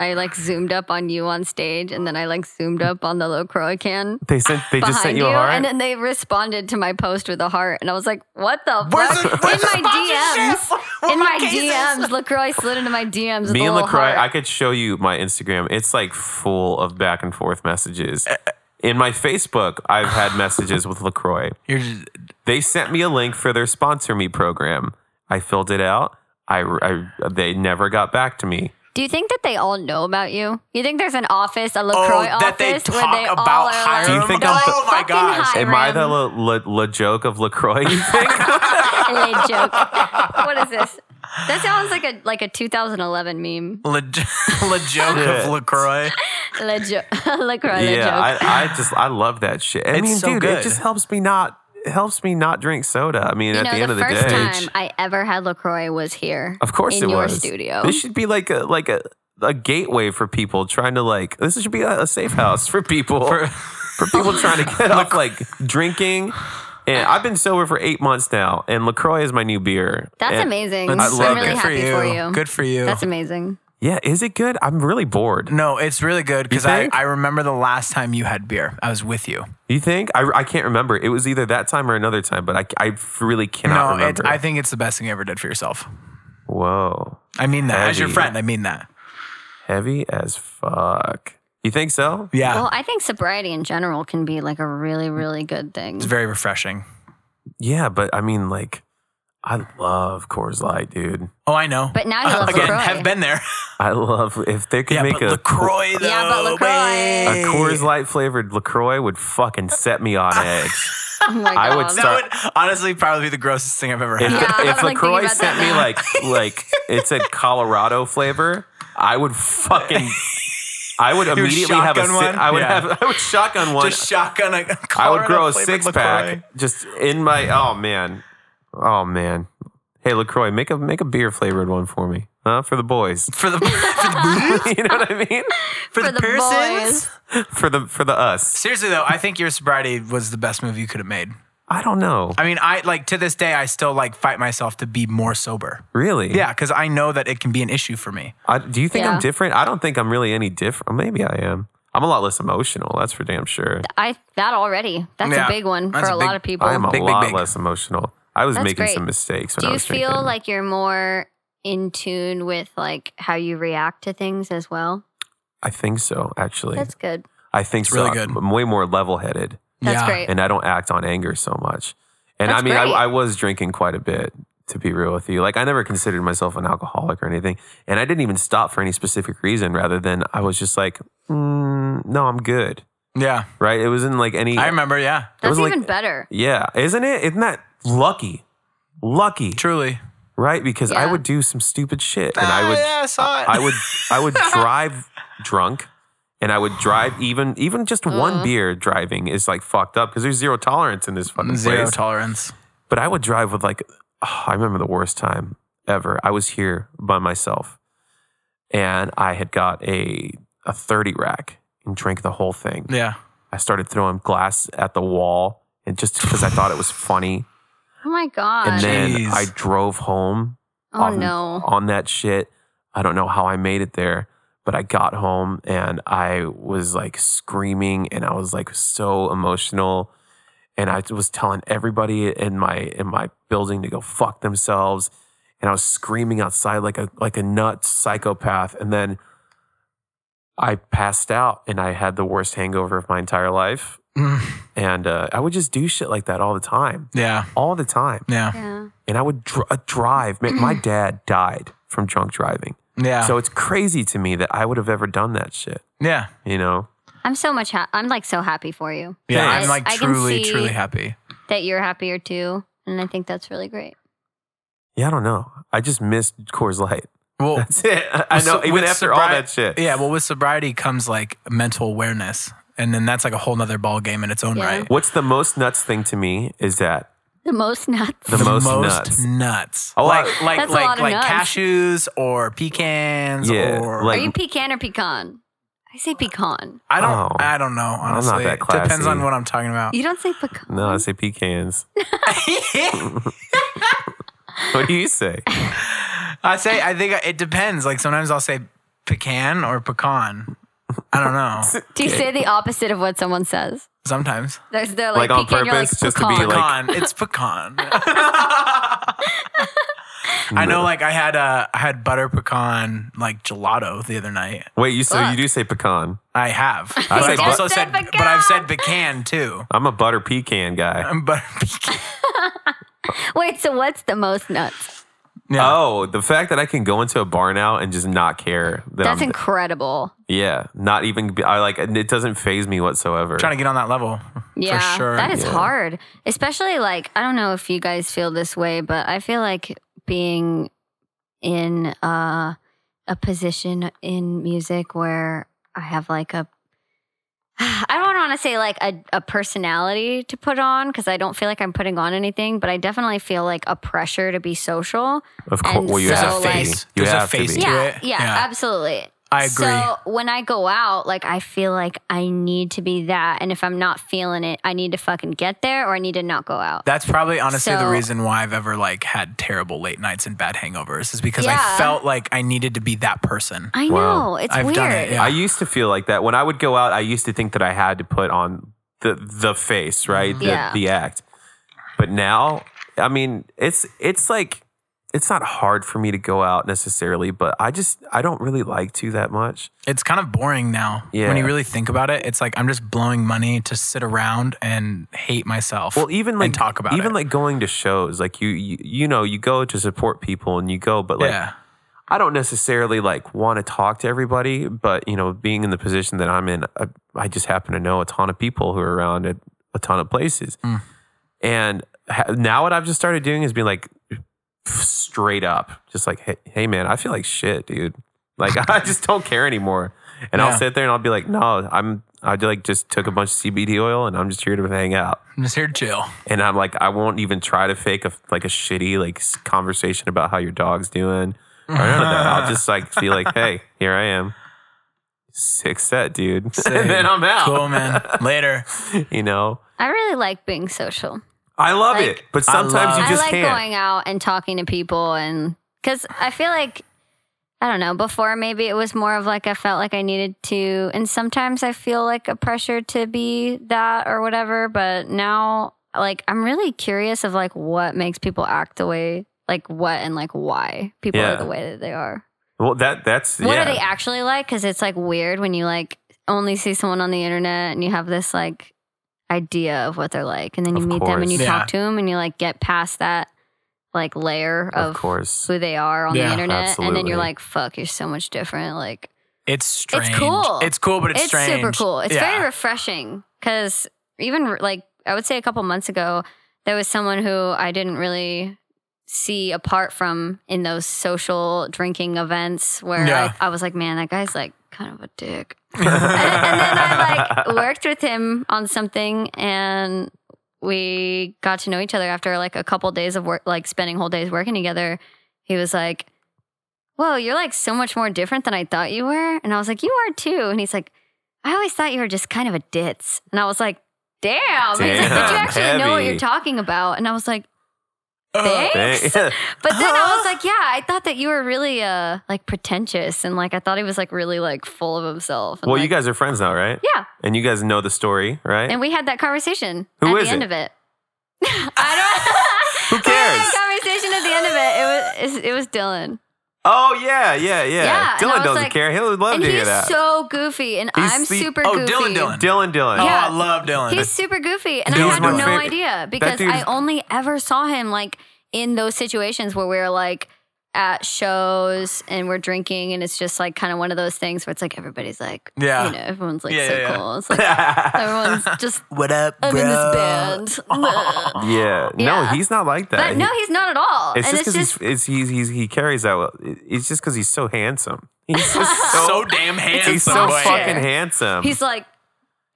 S1: I like zoomed up on you on stage, and then I like zoomed up on the Lacroix can
S3: they sent. They
S1: behind
S3: just sent you a heart.
S1: and then they responded to my post with a heart, and I was like, "What the
S4: Where's
S1: fuck?"
S4: the- where's the
S1: in my
S3: (laughs)
S4: sponsorship?
S1: DMs, in my
S4: cases.
S1: DMs, Lacroix slid into my DMs. with a
S3: Me and
S1: little
S3: Lacroix,
S1: heart.
S3: I could show you my Instagram. It's like full of back and forth messages. In my Facebook,
S1: (sighs)
S3: I've had messages with Lacroix.
S4: You're just,
S3: They sent me a link for their sponsor me program. I filled it out. I, I- they never got back to me.
S1: Do you think that they all know about you? You think there's an office, a LaCroix
S4: Oh, that they
S1: office
S4: talk
S1: where they all
S4: about
S1: are
S4: hiring?
S1: like,
S3: Do you think
S1: they're
S3: I'm
S1: like,
S3: the-
S4: Oh my
S1: "Fucking
S4: gosh.
S1: Hiram.
S3: Am I the la, la, la joke of Lacroix?
S1: (laughs)
S3: You think?
S1: LA
S3: (laughs)
S1: joke? what is this? That sounds like a like a 2011 meme.
S4: La, (laughs) La joke
S3: Shit.
S4: of LaCroix.
S1: La jo- (laughs) LaCroix la
S3: yeah,
S1: joke.
S3: I, I just I love that shit. I
S4: It's
S3: mean,
S4: so
S3: dude, it
S4: good.
S3: just helps me not it helps me not drink soda. I mean,
S1: you
S3: at
S1: know,
S3: the end of the
S1: first
S3: day,
S1: time I ever had LaCroix was here.
S3: of course
S1: in
S3: it
S1: your
S3: was.
S1: studio.
S3: This should be like a like a a gateway for people trying to like this should be a, a safe house for people for, people
S4: (laughs)
S3: trying to get off like drinking. And I've been sober for eight months now, and Lacroix is my new beer.
S1: That's
S3: And-
S1: amazing.
S4: That's
S3: love
S1: I'm really
S3: it.
S1: happy for you.
S4: Good for you.
S1: That's amazing.
S3: Yeah, is it good? I'm really bored.
S4: no, it's really good because I,
S3: think?
S4: I remember the last time you had beer. I was with you.
S3: You think? I, I can't remember. It was either that time or another time, but I, I really cannot
S4: no, it's,
S3: remember.
S4: I think it's the best thing you ever did for yourself.
S3: Whoa.
S4: I mean that. As your
S3: Heavy.
S4: friend, I mean that.
S3: Heavy as fuck. You think so?
S4: Yeah.
S1: Well, I think sobriety in general can be like a really, really good thing.
S4: it's very refreshing.
S3: Yeah, but I mean, like, I love Coors Light, dude.
S4: Oh, I know.
S1: But now you
S3: (laughs)
S1: love
S4: (laughs) Again,
S1: LaCroix.
S4: have been there.
S3: I love if they could
S4: yeah,
S3: make
S4: but
S3: a,
S4: LaCroix, though.
S1: Yeah, but LaCroix.
S3: a
S4: man.
S3: Coors Light flavored LaCroix would fucking set me on
S4: (laughs)
S3: edge.
S1: (laughs) Oh my God.
S3: I would
S4: That
S3: start-
S4: would honestly probably be the grossest thing I've ever
S3: If,
S4: had.
S1: Yeah, I was, like,
S3: if
S1: thinking
S3: LaCroix
S1: about
S3: sent
S1: that
S3: me
S1: now.
S3: like like it said Colorado flavor, I would fucking
S4: (laughs)
S3: I would
S4: would
S3: immediately have a si-
S4: shotgun one?
S3: I would
S4: Yeah.
S3: have I would shotgun one.
S4: Just shotgun a
S3: I would grow a
S4: Colorado-flavored
S3: six
S4: LaCroix.
S3: pack just in my. Oh man, oh man. Hey Lacroix, make a make a beer flavored one for me, huh? For the boys. (laughs)
S4: for
S1: (laughs)
S4: the, (laughs) for the,
S3: you know what I mean?
S4: for
S1: For
S4: the
S1: the
S4: persons.
S1: boys.
S3: For the for the us.
S4: Seriously though, I think your sobriety was the best move you could have made.
S3: I don't know.
S4: I mean, I like to this day, I still like fight myself to be more sober.
S3: Really?
S4: Yeah, because I know that it can be an issue for me.
S3: I, do you think
S1: Yeah.
S3: I'm different? I don't think I'm really any different. Maybe I am. I'm a lot less emotional. That's for damn sure.
S1: I that already. That's
S4: Yeah,
S1: a big one for
S4: that's a
S1: a, lot
S4: big-
S1: of people.
S3: I am a
S4: Big, big,
S3: lot
S4: big.
S3: less emotional. I was
S1: That's
S3: making
S1: great.
S3: some mistakes when
S1: Do
S3: I
S1: you
S3: was
S1: feel
S3: drinking.
S1: like you're more in tune with like how you react to things as well?
S3: I think so, actually.
S1: That's good.
S3: I think
S4: It's
S3: so.
S4: really good.
S3: I'm way more level headed.
S1: That's
S4: Yeah.
S1: great.
S3: and I don't act on anger so much. And
S1: That's
S3: I mean,
S1: great.
S3: I, I was drinking quite a bit, to be real with you. Like, I never considered myself an alcoholic or anything. And I didn't even stop for any specific reason, rather than I was just like, mm, no, I'm good.
S4: Yeah.
S3: Right? It wasn't like any.
S4: I remember, yeah.
S1: That's
S3: was like-
S1: even better.
S3: Yeah. Isn't it? Isn't that lucky? Lucky.
S4: Truly. Ah,
S3: Right? Because I
S1: Yeah.
S3: would do some stupid shit. And I would.
S4: yeah, I saw it.
S3: I would I
S4: (laughs)
S3: would drive drunk and I would drive even even just
S4: Mm-hmm.
S3: one beer driving is like fucked up because there's zero tolerance in this fucking
S4: Zero
S3: place.
S4: tolerance.
S3: But I would drive with like, (sighs) oh, I remember the worst time ever. I was here by myself and I had got a, a 30 rack and drank the whole thing.
S4: Yeah.
S3: I started throwing glass at the wall and just because I thought it was funny.
S1: Oh my god.
S3: And then
S4: Jeez.
S3: I drove home
S1: oh
S3: on,
S1: no.
S3: on that shit. I don't know how I made it there, but I got home and I was like screaming and I was like so emotional. And I was telling everybody in my in my building to go fuck themselves. And I was screaming outside like a like a nut psychopath. And then I passed out and I had the worst hangover of my entire life.
S4: Mm.
S3: And uh, I would just do shit like that all the time,
S4: Yeah.
S3: all the time
S4: Yeah.
S1: yeah.
S3: and I would dr- uh, drive. Man,
S1: (clears throat)
S3: my dad died from drunk driving,
S4: Yeah.
S3: so it's crazy to me that I would have ever done that shit.
S4: yeah.
S3: You know,
S1: I'm so much ha- I'm like so happy for you.
S4: Yeah.
S1: I-
S4: I'm like
S1: I can
S4: truly,
S1: see-
S4: truly happy.
S1: That you're happier too. And I think that's really great.
S3: yeah, I don't know. I just missed Coors Light.
S4: Oh. Well,
S3: That's it. (laughs) I know.
S4: With
S3: even after all
S4: sobri-
S3: that shit,
S4: Yeah, well, with sobriety comes like mental awareness, and then that's like a whole nother ball game in its own
S1: Yeah.
S4: right.
S3: What's the most nuts thing to me is that
S1: The most (laughs) nuts.
S3: the, most, nuts.
S4: nuts.
S3: Oh,
S4: like
S3: I-
S4: like
S1: That's a lot
S4: like
S1: of
S4: like
S1: nuts.
S4: cashews or pecans
S3: Yeah,
S4: or
S3: like-
S1: Are you pecan or pecan? I say pecan.
S4: I don't
S3: Oh.
S4: I don't know
S3: not
S4: honestly.
S3: that classy.
S4: Depends on what I'm talking
S1: (laughs)
S4: about.
S1: You don't say pecan.
S3: No, I say
S1: (laughs)
S3: pecans. what do you say?
S4: I say I think it depends. Like sometimes I'll say pecan or pecan. I don't
S3: (laughs)
S4: know.
S1: Do you say the opposite of what someone says?
S4: Sometimes
S1: There's they're like,
S3: Like on
S1: pecan, you're like,
S3: purpose, just to be
S1: pecan.
S3: like-
S4: pecan. it's
S3: (laughs)
S4: pecan. I know. Like I had uh, I had butter pecan like gelato the other night.
S3: Wait, you so you
S1: Fuck.
S3: do say pecan?
S4: I have. But
S3: said
S4: I've
S3: bu-
S4: also
S1: You
S4: said,
S1: said
S4: but I've said pecan
S1: pecan.
S4: too.
S3: I'm a butter pecan guy.
S4: Um, Butter (laughs) pecan.
S1: (laughs) Wait, so what's the most nuts?
S4: Yeah.
S3: Oh, the fact that I can go into a bar now and just not care. That
S1: That's
S3: I'm,
S1: incredible.
S3: yeah, not even. be- I like it doesn't phase me whatsoever.
S4: Trying to get on that level.
S1: Yeah,
S4: For sure.
S1: that is
S3: yeah.
S1: hard. Especially like I don't know if you guys feel this way, but I feel like being in uh, a position in music where I have like a (sighs) I don't want to say like a, a personality to put on because I don't feel like I'm putting on anything, but I definitely feel like a pressure to be social.
S3: of course,
S1: and
S3: well, you
S1: so,
S3: have to.
S1: like-
S3: be. you
S4: There's a
S3: have to
S4: face
S3: be.
S4: to
S1: yeah,
S4: it.
S1: Yeah,
S4: Yeah.
S1: absolutely.
S4: I agree.
S1: So when I go out, like I feel like I need to be that, and if I'm not feeling it, I need to fucking get there, or I need to not go out.
S4: That's probably honestly the
S1: So-
S4: reason why I've ever like had terrible late nights and bad hangovers is because I
S1: Yeah.
S4: felt like I needed to be that person.
S1: I
S3: Wow.
S1: know it's
S4: I've
S1: weird.
S4: done it, yeah.
S3: I used to feel like that when I would go out. I used to think that I had to put on the the face, right? The,
S1: Mm-hmm. Yeah.
S3: the act. But now, I mean, it's it's like it's not hard for me to go out necessarily, but I just I don't really like to that much.
S4: It's kind of boring now.
S3: Yeah.
S4: When you really think about it, it's like I'm just blowing money to sit around and hate myself.
S3: Well, e, even like
S4: and talk about
S3: even
S4: it.
S3: like going to shows, like you, you you know you go to support people and you go, but like
S4: yeah.
S3: I don't necessarily like want to talk to everybody, but you know, being in the position that I'm in, I, I just happen to know a ton of people who are around at a ton of places. And ha- now what I've just started doing is being like straight up, just like, hey, hey man, I feel like shit, dude. Like (laughs) I just don't care anymore. And
S4: Yeah.
S3: I'll sit there and I'll be like, no, I'm, I like just took a bunch of CBD oil and I'm just here to hang out.
S4: I'm just here to chill.
S3: And I'm like, I won't even try to fake a like a shitty like s- conversation about how your dog's doing or none of
S1: (laughs)
S3: that. I'll just like be like, hey, here I am, six set, dude, (laughs) and then I'm out.
S4: Cool, (laughs) man. Later.
S3: You know,
S1: I really like being social.
S3: I love
S1: Like,
S3: it, but
S4: I
S3: sometimes
S4: love-
S3: you
S1: I
S3: just
S1: like
S3: can't.
S1: going out and talking to people, and because I feel like I don't know. Before maybe it was more of like I felt like I needed to, and sometimes I feel like a pressure to be that or whatever. But now, like I'm really curious of like what makes people act the way, like what and like why people
S3: Yeah.
S1: are the way that they are.
S3: Well, that that's
S1: What
S3: yeah.
S1: are they actually like? Because it's like weird when you like only see someone on the internet and you have this like idea of what they're like, and then you
S3: Of
S1: meet them and you
S4: course. Yeah.
S1: talk to them and you like get past that like layer
S3: Of
S1: of,
S3: course. (laughs)
S1: who they are on
S4: Yeah,
S1: the internet, and then
S3: absolutely.
S1: you're like, "Fuck, you're so much different." Like
S4: It's strange.
S1: cool.
S4: It's cool, but it's,
S1: it's,
S4: strange.
S1: super cool. It's
S4: Yeah.
S1: very refreshing because even like I would say a couple months ago, there was someone who I didn't really see apart from in those social drinking events where
S4: Yeah.
S1: I, I was like, man, that guy's like kind of a dick. and, and then I like
S3: (laughs)
S1: worked with him on something and we got to know each other after like a couple days of work, like spending whole days working together. He was like, Whoa, you're like so much more different than I thought you were. And I was like, You are too. And he's like, I always thought you were just kind of a ditz. And I was like, Damn. And he's like, Did you
S3: Damn,
S1: actually know what
S3: heavy. Oh,
S1: you're talking about? And I was like,
S4: Uh,
S1: Thanks.
S3: Dang.
S1: (laughs) But then I was like, yeah, I thought that you were really uh like pretentious and like I thought he was like really like full of himself. and,
S3: (laughs) well, you
S1: like-
S3: guys are friends now, right?
S1: Yeah.
S3: And you guys know the story, right?
S1: And we had that conversation
S3: Who
S1: at
S3: is
S1: the end
S3: it?
S1: of it. (laughs) I
S3: Who
S1: don't we had that
S3: cares?
S1: conversation at the end of it. It was it was Dylan.
S3: Oh yeah, yeah, yeah.
S1: Yeah, and I
S3: Dylan
S1: was
S3: doesn't
S1: like-
S3: care. He'll love
S1: and
S3: to hear
S1: he's
S3: that.
S1: so goofy and
S3: He's
S1: I'm
S3: the-
S1: super
S4: Oh,
S1: goofy.
S4: Dylan Dylan.
S3: Dylan, Dylan.
S4: Oh,
S1: Yeah.
S4: I love Dylan.
S1: He's super goofy, and
S4: Dylan's
S1: I had
S4: my
S1: no
S3: favorite.
S1: idea because
S3: dude's-
S1: I only ever saw him like in those situations where we're like at shows and we're drinking, and it's just like kind of one of those things where it's like everybody's like,
S4: Yeah.
S1: you know, everyone's like
S4: Yeah,
S1: so
S4: yeah, yeah.
S1: cool. It's like
S3: (laughs)
S1: everyone's just
S4: what up,
S1: I'm
S4: bro?
S1: in this band,
S3: Yeah. No,
S1: Yeah.
S3: he's not like that.
S1: but no, he's not at all,
S3: It's
S1: and
S3: just
S1: it's
S3: because
S1: just.
S3: he's, it's- he's, he's, he carries that. Well. It- It's just because he's
S4: (laughs)
S3: so handsome. He's
S1: (laughs)
S3: just so,
S4: So damn handsome.
S3: he's so
S1: soft
S4: boy.
S1: shit.
S3: fucking handsome.
S1: He's like,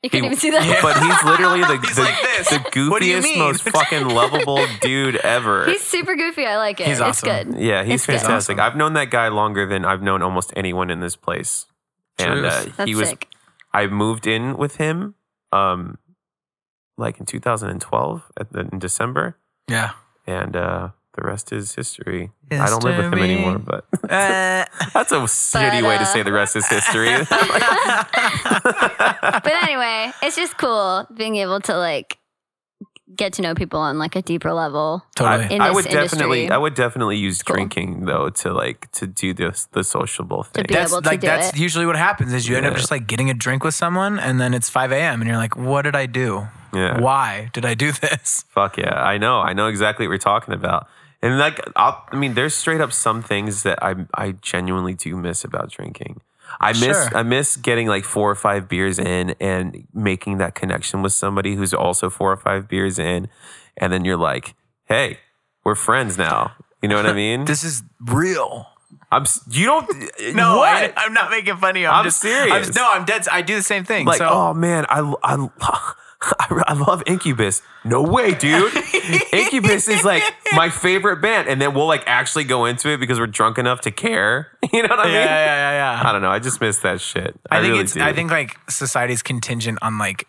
S1: you
S3: He-
S1: can't even see that.
S3: (laughs) but he's
S1: (laughs)
S3: literally the
S4: (laughs) He's
S3: the,
S4: like this.
S3: the
S4: What do you
S3: goofiest,
S4: mean?
S3: most fucking lovable dude ever.
S1: He's super goofy. I like it.
S4: He's
S1: it's
S4: awesome.
S1: good.
S3: yeah, he's
S1: it's good.
S3: fantastic. I've known that guy longer than I've known almost anyone in this place. And uh,
S4: Truth.
S1: That's
S3: he was.
S1: sick.
S3: I moved in with him, um, like in 2012 at the, in December,
S4: Yeah.
S3: and uh, the rest is history. I don't live with him
S4: History.
S3: anymore, but. (laughs)
S4: Uh,
S3: That's a shitty
S1: But,
S3: way to
S1: uh,
S3: say the rest is history. (laughs)
S1: but anyway, it's just cool being able to like get to know people on like a deeper level.
S4: (laughs) totally.
S1: In
S3: I
S1: this
S3: would definitely,
S1: industry.
S3: I would definitely use
S1: cool.
S3: drinking though to like to do this the sociable
S1: To
S3: thing.
S1: be able to
S4: like
S1: do
S4: that's
S1: it.
S4: usually what happens is you end up
S3: Yeah.
S4: just like getting a drink with someone and then it's 5 a.m and you're like what did i do
S3: Yeah.
S4: why did i do this
S3: Fuck yeah, I know, I know exactly what you're talking about. And like, I'll, I mean, there's straight up some things that I I genuinely do miss about drinking. I miss
S4: Sure.
S3: I miss getting like four or five beers in and making that connection with somebody who's also four or five beers in, and then you're like, hey, we're friends now. You know
S1: (laughs)
S3: what I
S4: (laughs)
S3: mean?
S4: This is real.
S3: I'm s- you don't
S4: No,
S3: what?
S4: I, am not making fun of you. I'm,
S3: I'm
S4: just
S3: serious.
S4: I'm, no, I'm dead. I do the same thing.
S3: like
S4: so,
S3: oh man I, I, (laughs) I, I love incubus no way
S4: (laughs)
S3: dude incubus is like my favorite band and then we'll like actually go into it because we're drunk enough to care (laughs) you know what i
S4: yeah,
S3: mean
S4: yeah, yeah, yeah.
S3: i don't know i just miss that shit i,
S4: I, think
S3: really
S4: it's.
S3: do.
S4: I think like society's contingent on like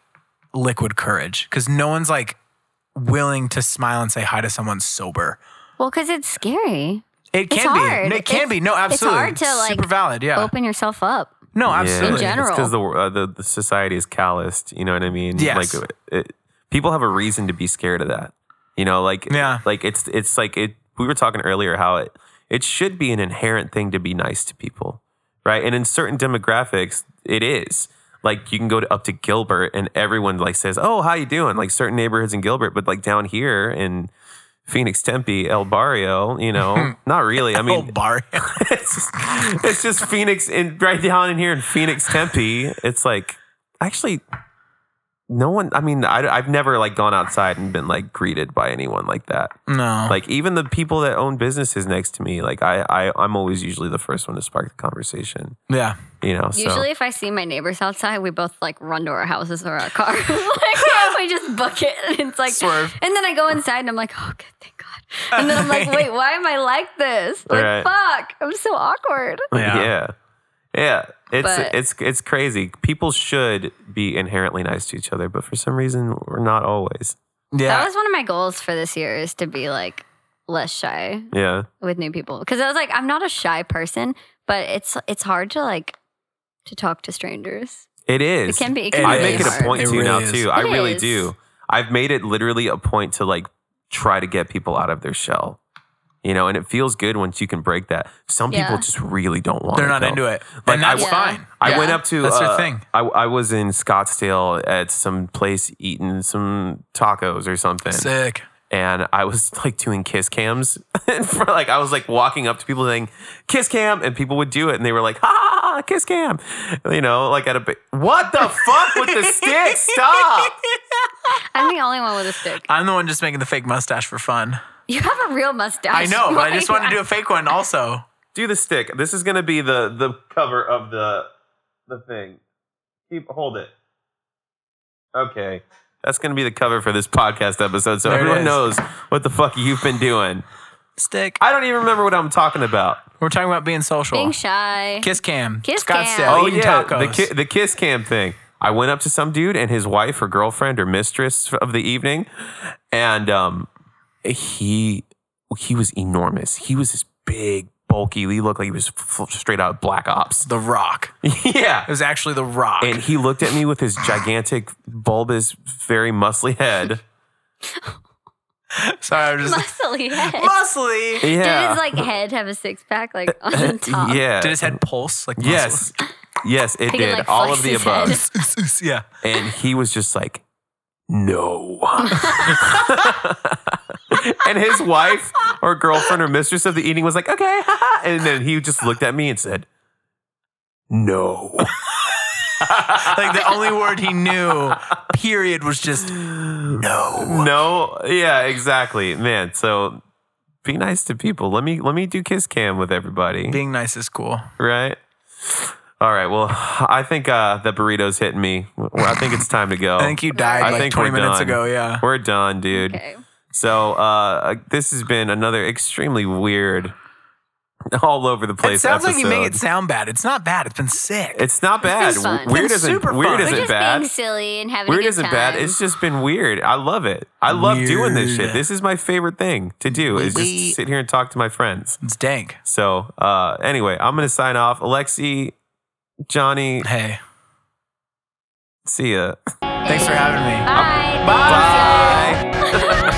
S4: liquid courage because no one's like willing to smile and say hi to someone sober.
S1: Well, because it's scary.
S4: It
S1: It's
S4: can be.
S1: hard.
S4: No, It can
S1: It's-
S4: be. No,
S1: it's
S4: absolutely.
S1: hard to, like,
S4: super valid. Yeah.
S1: Open yourself up.
S4: no, absolutely.
S1: In general.
S3: because the, uh, the the society is calloused. You know what I mean?
S4: Yes.
S3: Like uh, it, people have a reason to be scared of that. You know, like
S4: Yeah.
S3: like it's it's like it. We were talking earlier how it it should be an inherent thing to be nice to people, right? And in certain demographics, it is. Like you can go to, up to Gilbert and everyone like says, "Oh, how you doing?" Like certain neighborhoods in Gilbert, but like down here in Phoenix, Tempe, El Barrio, you
S4: (laughs)
S3: know, not really. I
S4: Oh,
S3: mean,
S4: bar. (laughs)
S3: it's just, it's just Phoenix in right down in here in Phoenix Tempe. It's like actually no one. I mean, I, I've never like gone outside and been like greeted by anyone like that.
S4: no.
S3: Like even the people that own businesses next to me, like I, I I'm always usually the first one to spark the conversation.
S4: yeah.
S3: You know,
S1: Usually,
S3: so
S1: if I see my neighbors outside, we both like run to our houses or our car. (laughs)
S4: (laughs)
S1: like, we just book it. And it's like,
S4: Swerve.
S1: and then I go inside and I'm like, oh, good, thank God. And then
S4: (laughs)
S1: I'm like, wait, why am I like this? Like,
S3: Right.
S1: fuck, I'm so awkward.
S4: Yeah.
S3: yeah. yeah. it's
S1: But-
S3: it's it's crazy. People should be inherently nice to each other, but for some reason we're not always.
S1: That
S4: Yeah.
S1: was one of my goals for this year is to be like less shy
S3: Yeah.
S1: with new people because I was like, I'm not a shy person, but it's it's hard to like to talk to strangers.
S3: It is.
S1: It can be. It
S4: I
S1: can
S3: I
S1: be
S3: make it
S1: hard.
S3: a point
S4: It
S3: to now
S4: really is.
S3: too. I
S1: It
S3: really
S1: is.
S3: do. I've made it literally a point to like try to get people out of their shell. You know, and it feels good once you can break that. Some people
S1: Yeah.
S3: just really don't want.
S4: They're
S3: it,
S4: not
S3: though.
S4: into it.
S3: Like,
S4: and that's
S3: I-
S4: fine.
S3: I
S1: Yeah.
S3: went up to
S4: That's their
S3: uh,
S4: thing.
S3: I, I was in Scottsdale at some place eating some tacos or something,
S4: Sick.
S3: and I was (laughs) like doing kiss cams. (laughs) and for, like I was like walking up to people saying kiss cam, and people would do it, and they were like, "Ah, kiss cam," you know, like at a ba- what the fuck with the
S4: (laughs)
S3: stick? Stop.
S1: I'm the only one with a stick.
S4: I'm the one just making the fake mustache for fun.
S1: You have a real mustache.
S4: I know, but I just
S1: (laughs)
S4: wanted to do
S1: do.
S4: a fake one also.
S3: Do the stick. This is gonna be the the cover of the the thing. Keep hold it. Okay. That's gonna be the cover for this podcast episode, so
S4: There it
S3: everyone
S4: is.
S3: knows what the fuck you've been doing.
S4: Stick.
S3: I don't even remember what I'm talking about.
S4: We're talking about being social.
S1: Being shy.
S4: Kiss cam.
S1: Kiss cam.
S4: Scottsdale.
S1: Oh,
S4: eating tacos.
S3: the ki- the kiss cam thing. I went up to some dude and his wife or girlfriend or mistress of the evening, and um, he he was enormous. He was this big, bulky. He looked like he was f- straight out Black Ops. (laughs)
S4: the Rock.
S3: yeah,
S4: It was actually The Rock.
S3: and he looked at me with his gigantic, bulbous, very muscly head.
S4: Sorry, (laughs) I was just
S3: (laughs)
S1: muscly head.
S4: muscly.
S1: Did
S3: Yeah,
S1: his like head have a six pack
S3: (laughs)
S1: like on the top?
S3: yeah.
S4: Did his head pulse? Like (laughs)
S3: yes, yes, it
S1: He could,
S3: did.
S1: like,
S3: All
S1: flex
S3: of the
S1: his
S3: above.
S1: head.
S3: (laughs)
S4: muscles? yeah.
S3: And he was just like,
S4: (laughs)
S3: no. and his wife or girlfriend or mistress of the eating was like, okay. and then he just looked at me and said, no.
S4: Like the only word he knew, period, was just no.
S3: no. Yeah, exactly. Man, so be nice to people. Let me let me do kiss cam with everybody.
S4: Being nice is cool.
S3: right? All right. Well, I think uh, the burrito's hitting me. I think it's time to go.
S4: I think you died
S3: Oh. I
S4: like
S3: think
S4: 20
S3: we're
S4: minutes
S3: done.
S4: ago. Yeah.
S3: We're done, dude.
S1: Okay.
S3: So uh, this has been another extremely weird, all over the place.
S4: It sounds like you make it
S3: episode.
S4: sound bad. It's not bad. It's been sick.
S3: It's not bad.
S1: fun.
S3: W- Weird
S4: It's
S3: isn't
S4: super
S3: weird
S4: fun. We're
S1: We're
S3: isn't
S1: just
S3: bad.
S1: being silly and having a
S3: Weird
S1: good
S3: isn't
S1: time.
S3: bad. It's just been weird. I love it. I love doing this shit.
S4: Weird.
S3: This is my favorite thing to do is
S4: Wee-wee.
S3: just sit here and talk to my friends.
S4: It's dank.
S3: So uh, anyway, I'm gonna sign off. Alexi, Johnny,
S4: Hey,
S3: see ya.
S4: thanks for having me.
S1: Bye.
S3: Bye.
S1: Bye.